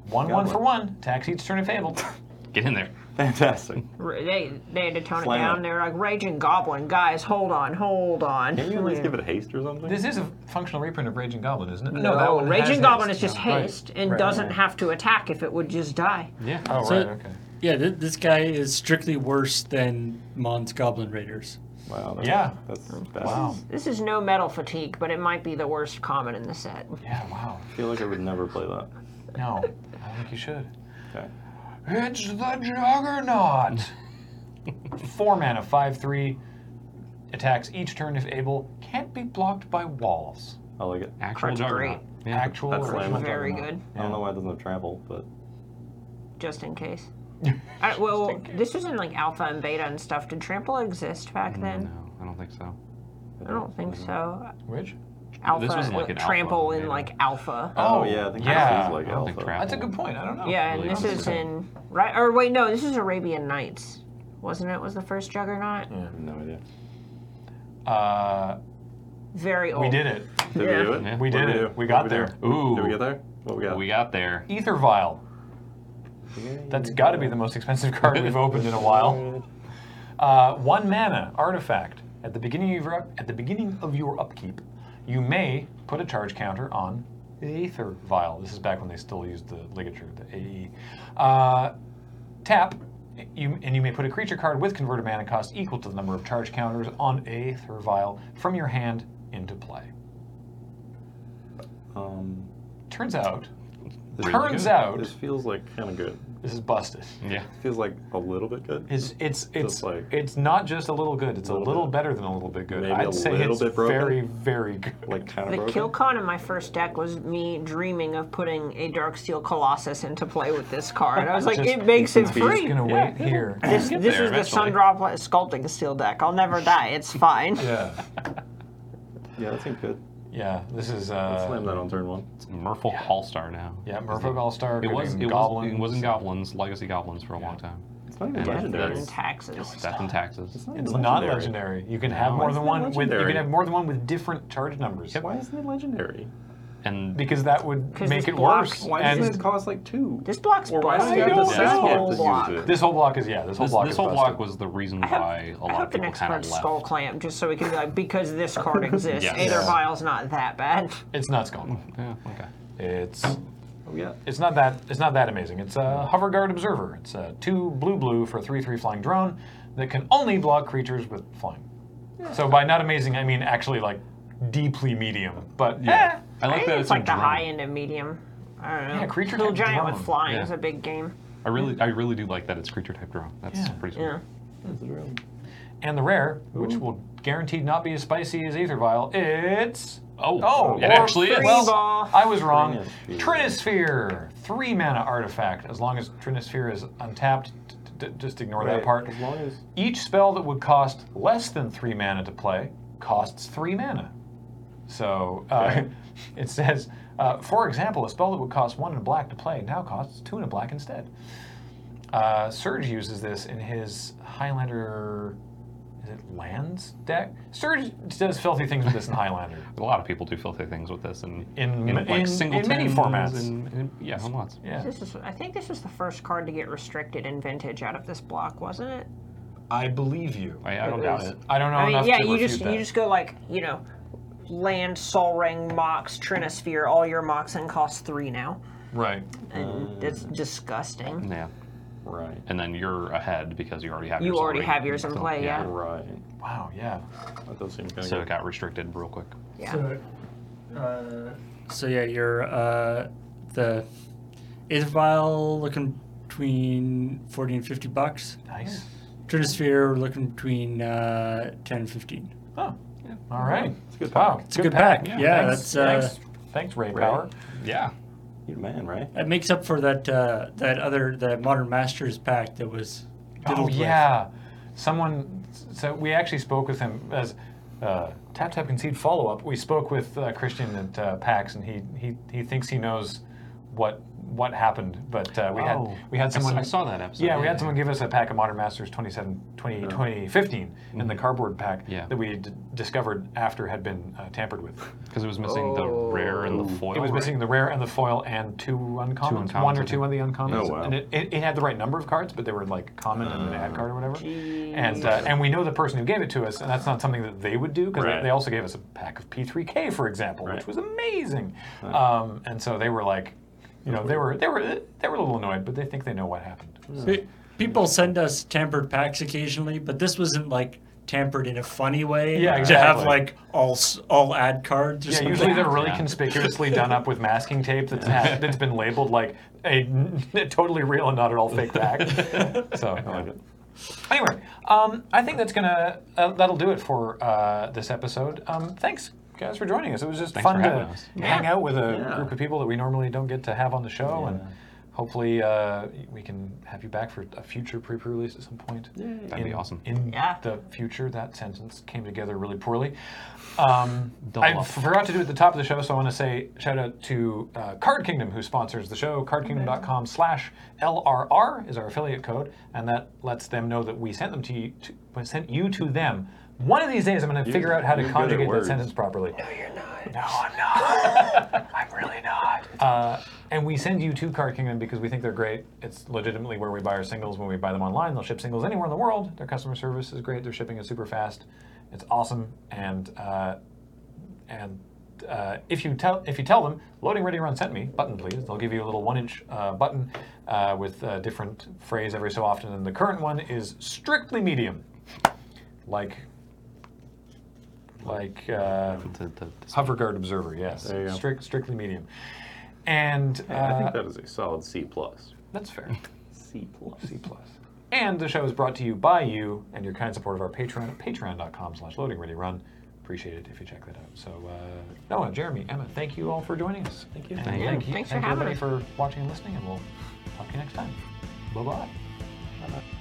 [SPEAKER 1] One one
[SPEAKER 2] Goblin.
[SPEAKER 1] for one. Tax each turn of fable.
[SPEAKER 4] Get in there.
[SPEAKER 2] Fantastic.
[SPEAKER 3] R- They they had to tone
[SPEAKER 2] Slam
[SPEAKER 3] it down.
[SPEAKER 2] it.
[SPEAKER 3] They're like raging goblin guys. Hold on, hold on.
[SPEAKER 2] Can you at least give it haste or something?
[SPEAKER 1] This is a functional reprint of Raging Goblin, isn't it?
[SPEAKER 3] No,
[SPEAKER 1] that one has
[SPEAKER 3] raging goblin
[SPEAKER 1] haste.
[SPEAKER 3] is just
[SPEAKER 1] Right.
[SPEAKER 3] haste and
[SPEAKER 1] Right.
[SPEAKER 3] doesn't have to attack if it would just die.
[SPEAKER 4] Yeah.
[SPEAKER 1] Oh
[SPEAKER 6] So-
[SPEAKER 1] right, okay.
[SPEAKER 6] Yeah, th- this guy is strictly worse than Mon's Goblin Raiders.
[SPEAKER 2] wow. That's,
[SPEAKER 1] Yeah.
[SPEAKER 2] That's bad.
[SPEAKER 1] Wow.
[SPEAKER 3] This is no metal fatigue, but it might be the worst common in the set.
[SPEAKER 1] Yeah. Wow.
[SPEAKER 2] I feel like I would never play that.
[SPEAKER 1] No, I think you should.
[SPEAKER 2] Okay.
[SPEAKER 1] It's the Juggernaut. Four mana, five three. Attacks each turn if able. Can't be blocked by walls.
[SPEAKER 2] I like it.
[SPEAKER 4] Actual
[SPEAKER 3] That's
[SPEAKER 4] juggernaut. Yeah.
[SPEAKER 1] Actual
[SPEAKER 2] That's lame.
[SPEAKER 1] original
[SPEAKER 3] Very
[SPEAKER 1] Juggernaut.
[SPEAKER 3] good,
[SPEAKER 2] I don't know why it doesn't have travel, but
[SPEAKER 3] just in case. I, well, this was in like alpha and beta and stuff. Did trample exist back then?
[SPEAKER 4] No, I don't think so.
[SPEAKER 3] I don't think so.
[SPEAKER 1] Which?
[SPEAKER 3] Alpha, uh,
[SPEAKER 4] This wasn't like an
[SPEAKER 3] trample
[SPEAKER 4] alpha,
[SPEAKER 3] in
[SPEAKER 4] yeah.
[SPEAKER 3] like alpha.
[SPEAKER 2] Oh,
[SPEAKER 1] Oh,
[SPEAKER 2] yeah, I think
[SPEAKER 1] yeah.
[SPEAKER 2] this is like
[SPEAKER 4] I don't think
[SPEAKER 2] alpha.
[SPEAKER 4] travel.
[SPEAKER 1] That's a good point. I don't know.
[SPEAKER 3] yeah, and
[SPEAKER 4] really
[SPEAKER 3] this
[SPEAKER 4] honestly.
[SPEAKER 3] is in right or wait, no, this is Arabian Nights, wasn't it? Was the first Juggernaut
[SPEAKER 2] I have no idea.
[SPEAKER 1] Uh,
[SPEAKER 3] very old?
[SPEAKER 1] we did it.
[SPEAKER 2] Did
[SPEAKER 3] Yeah.
[SPEAKER 2] we do it?
[SPEAKER 4] Yeah.
[SPEAKER 1] We
[SPEAKER 2] What
[SPEAKER 1] did
[SPEAKER 2] do
[SPEAKER 1] it.
[SPEAKER 2] do?
[SPEAKER 1] We
[SPEAKER 2] What
[SPEAKER 1] got
[SPEAKER 2] do?
[SPEAKER 1] there.
[SPEAKER 4] Ooh.
[SPEAKER 2] Did we get there? What we got?
[SPEAKER 4] We got there.
[SPEAKER 1] Ether Vial. That's got to be the most expensive card we've opened in a while. Uh, one mana artifact. At the beginning of your at the beginning of your upkeep, you may put a charge counter on the Aether Vial. This is back when they still used the ligature, the AE. Uh, tap, you, and you may put a creature card with converted mana cost equal to the number of charge counters on Aether Vial from your hand into play.
[SPEAKER 2] Um,
[SPEAKER 1] Turns out,
[SPEAKER 2] this
[SPEAKER 1] turns
[SPEAKER 2] good.
[SPEAKER 1] out,
[SPEAKER 2] This feels like kind of good.
[SPEAKER 1] this is busted.
[SPEAKER 4] Yeah.
[SPEAKER 2] Feels like a little bit good.
[SPEAKER 1] It's it's it's
[SPEAKER 2] like-
[SPEAKER 1] it's not just a little good. It's a little, better than a little bit good.
[SPEAKER 2] Maybe
[SPEAKER 1] I'd
[SPEAKER 2] a
[SPEAKER 1] say
[SPEAKER 2] little
[SPEAKER 1] it's
[SPEAKER 2] bit broken?
[SPEAKER 1] very very good.
[SPEAKER 2] Like kind of
[SPEAKER 3] The
[SPEAKER 2] broken.
[SPEAKER 3] kill con in my first deck was me dreaming of putting a Dark Steel Colossus into play with this card. I was like,
[SPEAKER 1] Just-
[SPEAKER 3] it makes
[SPEAKER 1] We're
[SPEAKER 3] it
[SPEAKER 1] just
[SPEAKER 3] free.
[SPEAKER 1] gonna
[SPEAKER 4] Yeah.
[SPEAKER 1] wait here.
[SPEAKER 3] This,
[SPEAKER 4] Get
[SPEAKER 3] this
[SPEAKER 4] there
[SPEAKER 3] is the
[SPEAKER 4] eventually.
[SPEAKER 3] Sun Droplet Sculpting Steel deck. I'll never die. It's fine.
[SPEAKER 1] yeah,
[SPEAKER 2] Yeah, that seems good.
[SPEAKER 1] yeah. This is
[SPEAKER 2] Slam
[SPEAKER 1] uh,
[SPEAKER 2] that on turn one.
[SPEAKER 4] It's Merfolk All Star now.
[SPEAKER 1] yeah. Merfolk All Star.
[SPEAKER 4] It was, it, was,
[SPEAKER 1] Goblin.
[SPEAKER 4] it was in Goblins, Legacy Goblins for a long time.
[SPEAKER 2] It's not even
[SPEAKER 4] Yeah,
[SPEAKER 2] legendary.
[SPEAKER 3] And taxes.
[SPEAKER 4] Death and taxes.
[SPEAKER 2] not even
[SPEAKER 1] It's not legendary. You can have
[SPEAKER 2] No,
[SPEAKER 1] more
[SPEAKER 2] it's
[SPEAKER 1] than
[SPEAKER 2] not
[SPEAKER 1] one with. You
[SPEAKER 2] legendary.
[SPEAKER 1] can have more than one with different charge numbers.
[SPEAKER 2] Why isn't it legendary?
[SPEAKER 4] And
[SPEAKER 1] Because that would
[SPEAKER 3] 'Cause
[SPEAKER 1] make
[SPEAKER 3] it's
[SPEAKER 1] it
[SPEAKER 3] blocked.
[SPEAKER 1] worse.
[SPEAKER 2] Why
[SPEAKER 1] and
[SPEAKER 2] doesn't it cost like two?
[SPEAKER 3] This block's
[SPEAKER 2] Or why don't
[SPEAKER 3] busted.
[SPEAKER 2] you have
[SPEAKER 1] don't
[SPEAKER 2] the
[SPEAKER 1] know.
[SPEAKER 2] sack
[SPEAKER 3] This
[SPEAKER 2] yet
[SPEAKER 3] whole
[SPEAKER 2] to
[SPEAKER 3] block.
[SPEAKER 2] use it?
[SPEAKER 1] this whole block is yeah. This whole
[SPEAKER 4] this,
[SPEAKER 1] block.
[SPEAKER 4] this
[SPEAKER 1] is
[SPEAKER 4] whole
[SPEAKER 1] busted.
[SPEAKER 4] block was the reason
[SPEAKER 3] I hope-
[SPEAKER 4] why a
[SPEAKER 3] I hope
[SPEAKER 4] lot of
[SPEAKER 3] the
[SPEAKER 4] people
[SPEAKER 3] next
[SPEAKER 4] kind of
[SPEAKER 3] card's
[SPEAKER 4] left.
[SPEAKER 3] skull clamp, just so we can be like, because this card exists,
[SPEAKER 4] Yes.
[SPEAKER 3] Aether
[SPEAKER 1] Yeah.
[SPEAKER 3] Vial's not that bad.
[SPEAKER 1] It's not Skullbone.
[SPEAKER 4] Yeah, okay.
[SPEAKER 1] It's
[SPEAKER 2] Oh, yeah.
[SPEAKER 1] It's not that it's not that amazing. It's a hover guard observer. It's a two blue blue for a three three flying drone that can only block creatures with flying. So by not amazing, I mean actually like deeply medium. But eh, yeah,
[SPEAKER 4] I like
[SPEAKER 3] I
[SPEAKER 4] that
[SPEAKER 3] think
[SPEAKER 4] it's,
[SPEAKER 3] it's like
[SPEAKER 4] a
[SPEAKER 3] the
[SPEAKER 4] drone.
[SPEAKER 3] high end and medium. I don't know.
[SPEAKER 1] Yeah, creature
[SPEAKER 3] Little
[SPEAKER 1] type
[SPEAKER 3] giant
[SPEAKER 1] drone.
[SPEAKER 3] with flying
[SPEAKER 4] Yeah.
[SPEAKER 3] is a big game.
[SPEAKER 4] I really, I really do like that it's creature type draw. That's
[SPEAKER 1] Yeah.
[SPEAKER 4] pretty sweet.
[SPEAKER 3] Yeah.
[SPEAKER 1] and the rare, which will guaranteed not be as spicy as Aether Vial, it's
[SPEAKER 4] Oh,
[SPEAKER 1] oh,
[SPEAKER 4] it
[SPEAKER 1] or
[SPEAKER 4] actually is.
[SPEAKER 1] free
[SPEAKER 3] Well-
[SPEAKER 1] ball. I was wrong.
[SPEAKER 2] Trinisphere.
[SPEAKER 1] Trinisphere, three mana artifact. As long as Trinisphere is untapped, d- d- just ignore that part.
[SPEAKER 2] As long as
[SPEAKER 1] Each spell that would cost less than three mana to play costs three mana. So uh, it says, uh, for example, a spell that would cost one in black to play now costs two in black instead. Uh, Surge uses this in his Highlander. Is it Lands deck? Surge does filthy things with this in Highlander.
[SPEAKER 4] A lot of people do filthy things with this, and
[SPEAKER 1] In-
[SPEAKER 4] in,
[SPEAKER 1] in- in
[SPEAKER 4] like singletons
[SPEAKER 1] many formats.
[SPEAKER 4] And, and- yeah, and lots.
[SPEAKER 1] Yeah.
[SPEAKER 3] This is, I think this was the first card to get restricted in vintage out of this block, wasn't it?
[SPEAKER 1] I believe you.
[SPEAKER 4] I, I don't doubt
[SPEAKER 3] is.
[SPEAKER 4] it.
[SPEAKER 1] I don't know
[SPEAKER 3] I mean,
[SPEAKER 1] enough
[SPEAKER 3] yeah,
[SPEAKER 1] to
[SPEAKER 3] you
[SPEAKER 1] refute
[SPEAKER 3] just
[SPEAKER 1] that.
[SPEAKER 3] you just go like, you know, land, Sol Ring, Mox, Trinisphere, all your Mox and cost three now.
[SPEAKER 1] Right.
[SPEAKER 3] And it's disgusting.
[SPEAKER 4] Yeah,
[SPEAKER 2] right,
[SPEAKER 4] and then you're ahead because you already have.
[SPEAKER 3] You
[SPEAKER 4] yours
[SPEAKER 3] already have yours in
[SPEAKER 4] So,
[SPEAKER 3] play, yeah.
[SPEAKER 2] right.
[SPEAKER 1] Wow. Yeah.
[SPEAKER 2] That does seem kind of
[SPEAKER 4] So
[SPEAKER 2] good.
[SPEAKER 4] it got restricted real quick.
[SPEAKER 3] Yeah.
[SPEAKER 5] So, uh,
[SPEAKER 6] So yeah, you're uh, the Aethervile looking between 40 and 50 bucks.
[SPEAKER 1] Nice.
[SPEAKER 6] Trinisphere looking between uh, 10 and 15.
[SPEAKER 1] Oh, all right.
[SPEAKER 2] It's a good
[SPEAKER 1] Wow,
[SPEAKER 2] pack.
[SPEAKER 6] It's a good pack.
[SPEAKER 4] yeah.
[SPEAKER 6] Yeah,
[SPEAKER 1] thanks,
[SPEAKER 6] that's uh,
[SPEAKER 1] thanks, thanks, Ray,
[SPEAKER 2] Ray.
[SPEAKER 1] Power.
[SPEAKER 4] Yeah.
[SPEAKER 2] You're the man, right?
[SPEAKER 6] that makes up for that uh, that other that Modern Masters pack that was.
[SPEAKER 1] Oh
[SPEAKER 6] diddled with.
[SPEAKER 1] yeah, someone. So we actually spoke with him as uh, Tap Tap Concede follow up. We spoke with uh, Christian at uh, PAX, and he, he he thinks he knows what what happened. But uh, we
[SPEAKER 4] Oh.
[SPEAKER 1] had we had someone.
[SPEAKER 4] I saw that episode.
[SPEAKER 1] Yeah, we had someone give us a pack of Modern Masters 27, 20, 2015 in the cardboard pack
[SPEAKER 4] Mm-hmm. Yeah.
[SPEAKER 1] that we d- discovered after had been uh, tampered with.
[SPEAKER 4] Because it was missing the
[SPEAKER 3] Oh.
[SPEAKER 4] rare and the foil.
[SPEAKER 1] It was missing the rare and the foil and two uncommons,
[SPEAKER 4] uncommons,
[SPEAKER 1] one
[SPEAKER 4] I
[SPEAKER 1] or two
[SPEAKER 4] think.
[SPEAKER 1] on the uncommons.
[SPEAKER 2] Oh, wow. Oh,
[SPEAKER 1] And it, it, it had the right number of cards, but they were like common and an ad card or whatever. And uh, and we know the person who gave it to us, and that's not something that they would do because
[SPEAKER 2] Right.
[SPEAKER 1] they, they also gave us a pack of P3K, for example, which
[SPEAKER 2] Right.
[SPEAKER 1] was amazing. Um, and so they were like, you know, they were they were they were a little annoyed, but they think they know what happened.
[SPEAKER 6] Pe- People send us tampered packs occasionally, but this wasn't like tampered in a funny way.
[SPEAKER 1] Yeah,
[SPEAKER 6] To have
[SPEAKER 1] exactly.
[SPEAKER 6] like all s- all ad cards. Or
[SPEAKER 1] Yeah,
[SPEAKER 6] something.
[SPEAKER 1] usually they're really
[SPEAKER 4] Yeah.
[SPEAKER 1] conspicuously done up with masking tape that's had, that's been labeled like a n- totally real and not at all fake pack. so
[SPEAKER 2] I like it.
[SPEAKER 1] anyway, um, I think that's gonna uh, that'll do it for uh, this episode. Um, thanks guys for joining us. It was just
[SPEAKER 4] Thanks
[SPEAKER 1] fun
[SPEAKER 4] for having
[SPEAKER 1] to
[SPEAKER 4] us.
[SPEAKER 1] hang out with a
[SPEAKER 2] Yeah.
[SPEAKER 1] group of people that we normally don't get to have on the show, and
[SPEAKER 2] Yeah.
[SPEAKER 1] hopefully uh, we can have you back for a future pre-release at some point.
[SPEAKER 4] That'd be awesome.
[SPEAKER 1] In
[SPEAKER 3] Yeah.
[SPEAKER 1] the future, that sentence came together really poorly. Um,
[SPEAKER 4] Double
[SPEAKER 1] I
[SPEAKER 4] up.
[SPEAKER 1] forgot to do it at the top of the show, so I want to say shout out to uh, Card Kingdom, who sponsors the show. CardKingdom.com slash LRR is our affiliate code, and that lets them know that we sent them to you, to, we sent you to them. One of these days, I'm going to figure out how to
[SPEAKER 2] you're good at
[SPEAKER 1] conjugate that
[SPEAKER 2] words.
[SPEAKER 1] sentence properly. No, you're not. No, I'm not. I'm really not. Uh, and we send you to Card Kingdom because we think they're great. It's legitimately where we buy our singles. When we buy them online, they'll ship singles anywhere in the world. Their customer service is great. Their shipping is super fast. It's awesome. And uh, and uh, if you tell if you tell them loading ready run sent me button please they'll give you a little one inch uh, button uh, with a different phrase every so often and the current one is strictly medium like like uh,
[SPEAKER 4] The- the- the-
[SPEAKER 1] hover guard observer yes
[SPEAKER 2] There you go.
[SPEAKER 1] Strict, strictly medium and uh,
[SPEAKER 2] I think that is a solid C plus.
[SPEAKER 1] that's fair
[SPEAKER 2] C plus.
[SPEAKER 1] C plus. And the show is brought to you by you and your kind support of our Patreon at patreon.com slash loading ready run. Appreciate it if you check that out. So uh, Noah, Jeremy, Emma, thank you all for joining us. Thank you. And
[SPEAKER 4] Thank you.
[SPEAKER 1] thank you.
[SPEAKER 3] Thanks for
[SPEAKER 1] thank
[SPEAKER 3] having
[SPEAKER 1] everybody for watching and listening, and we'll talk to you next time. Bye bye.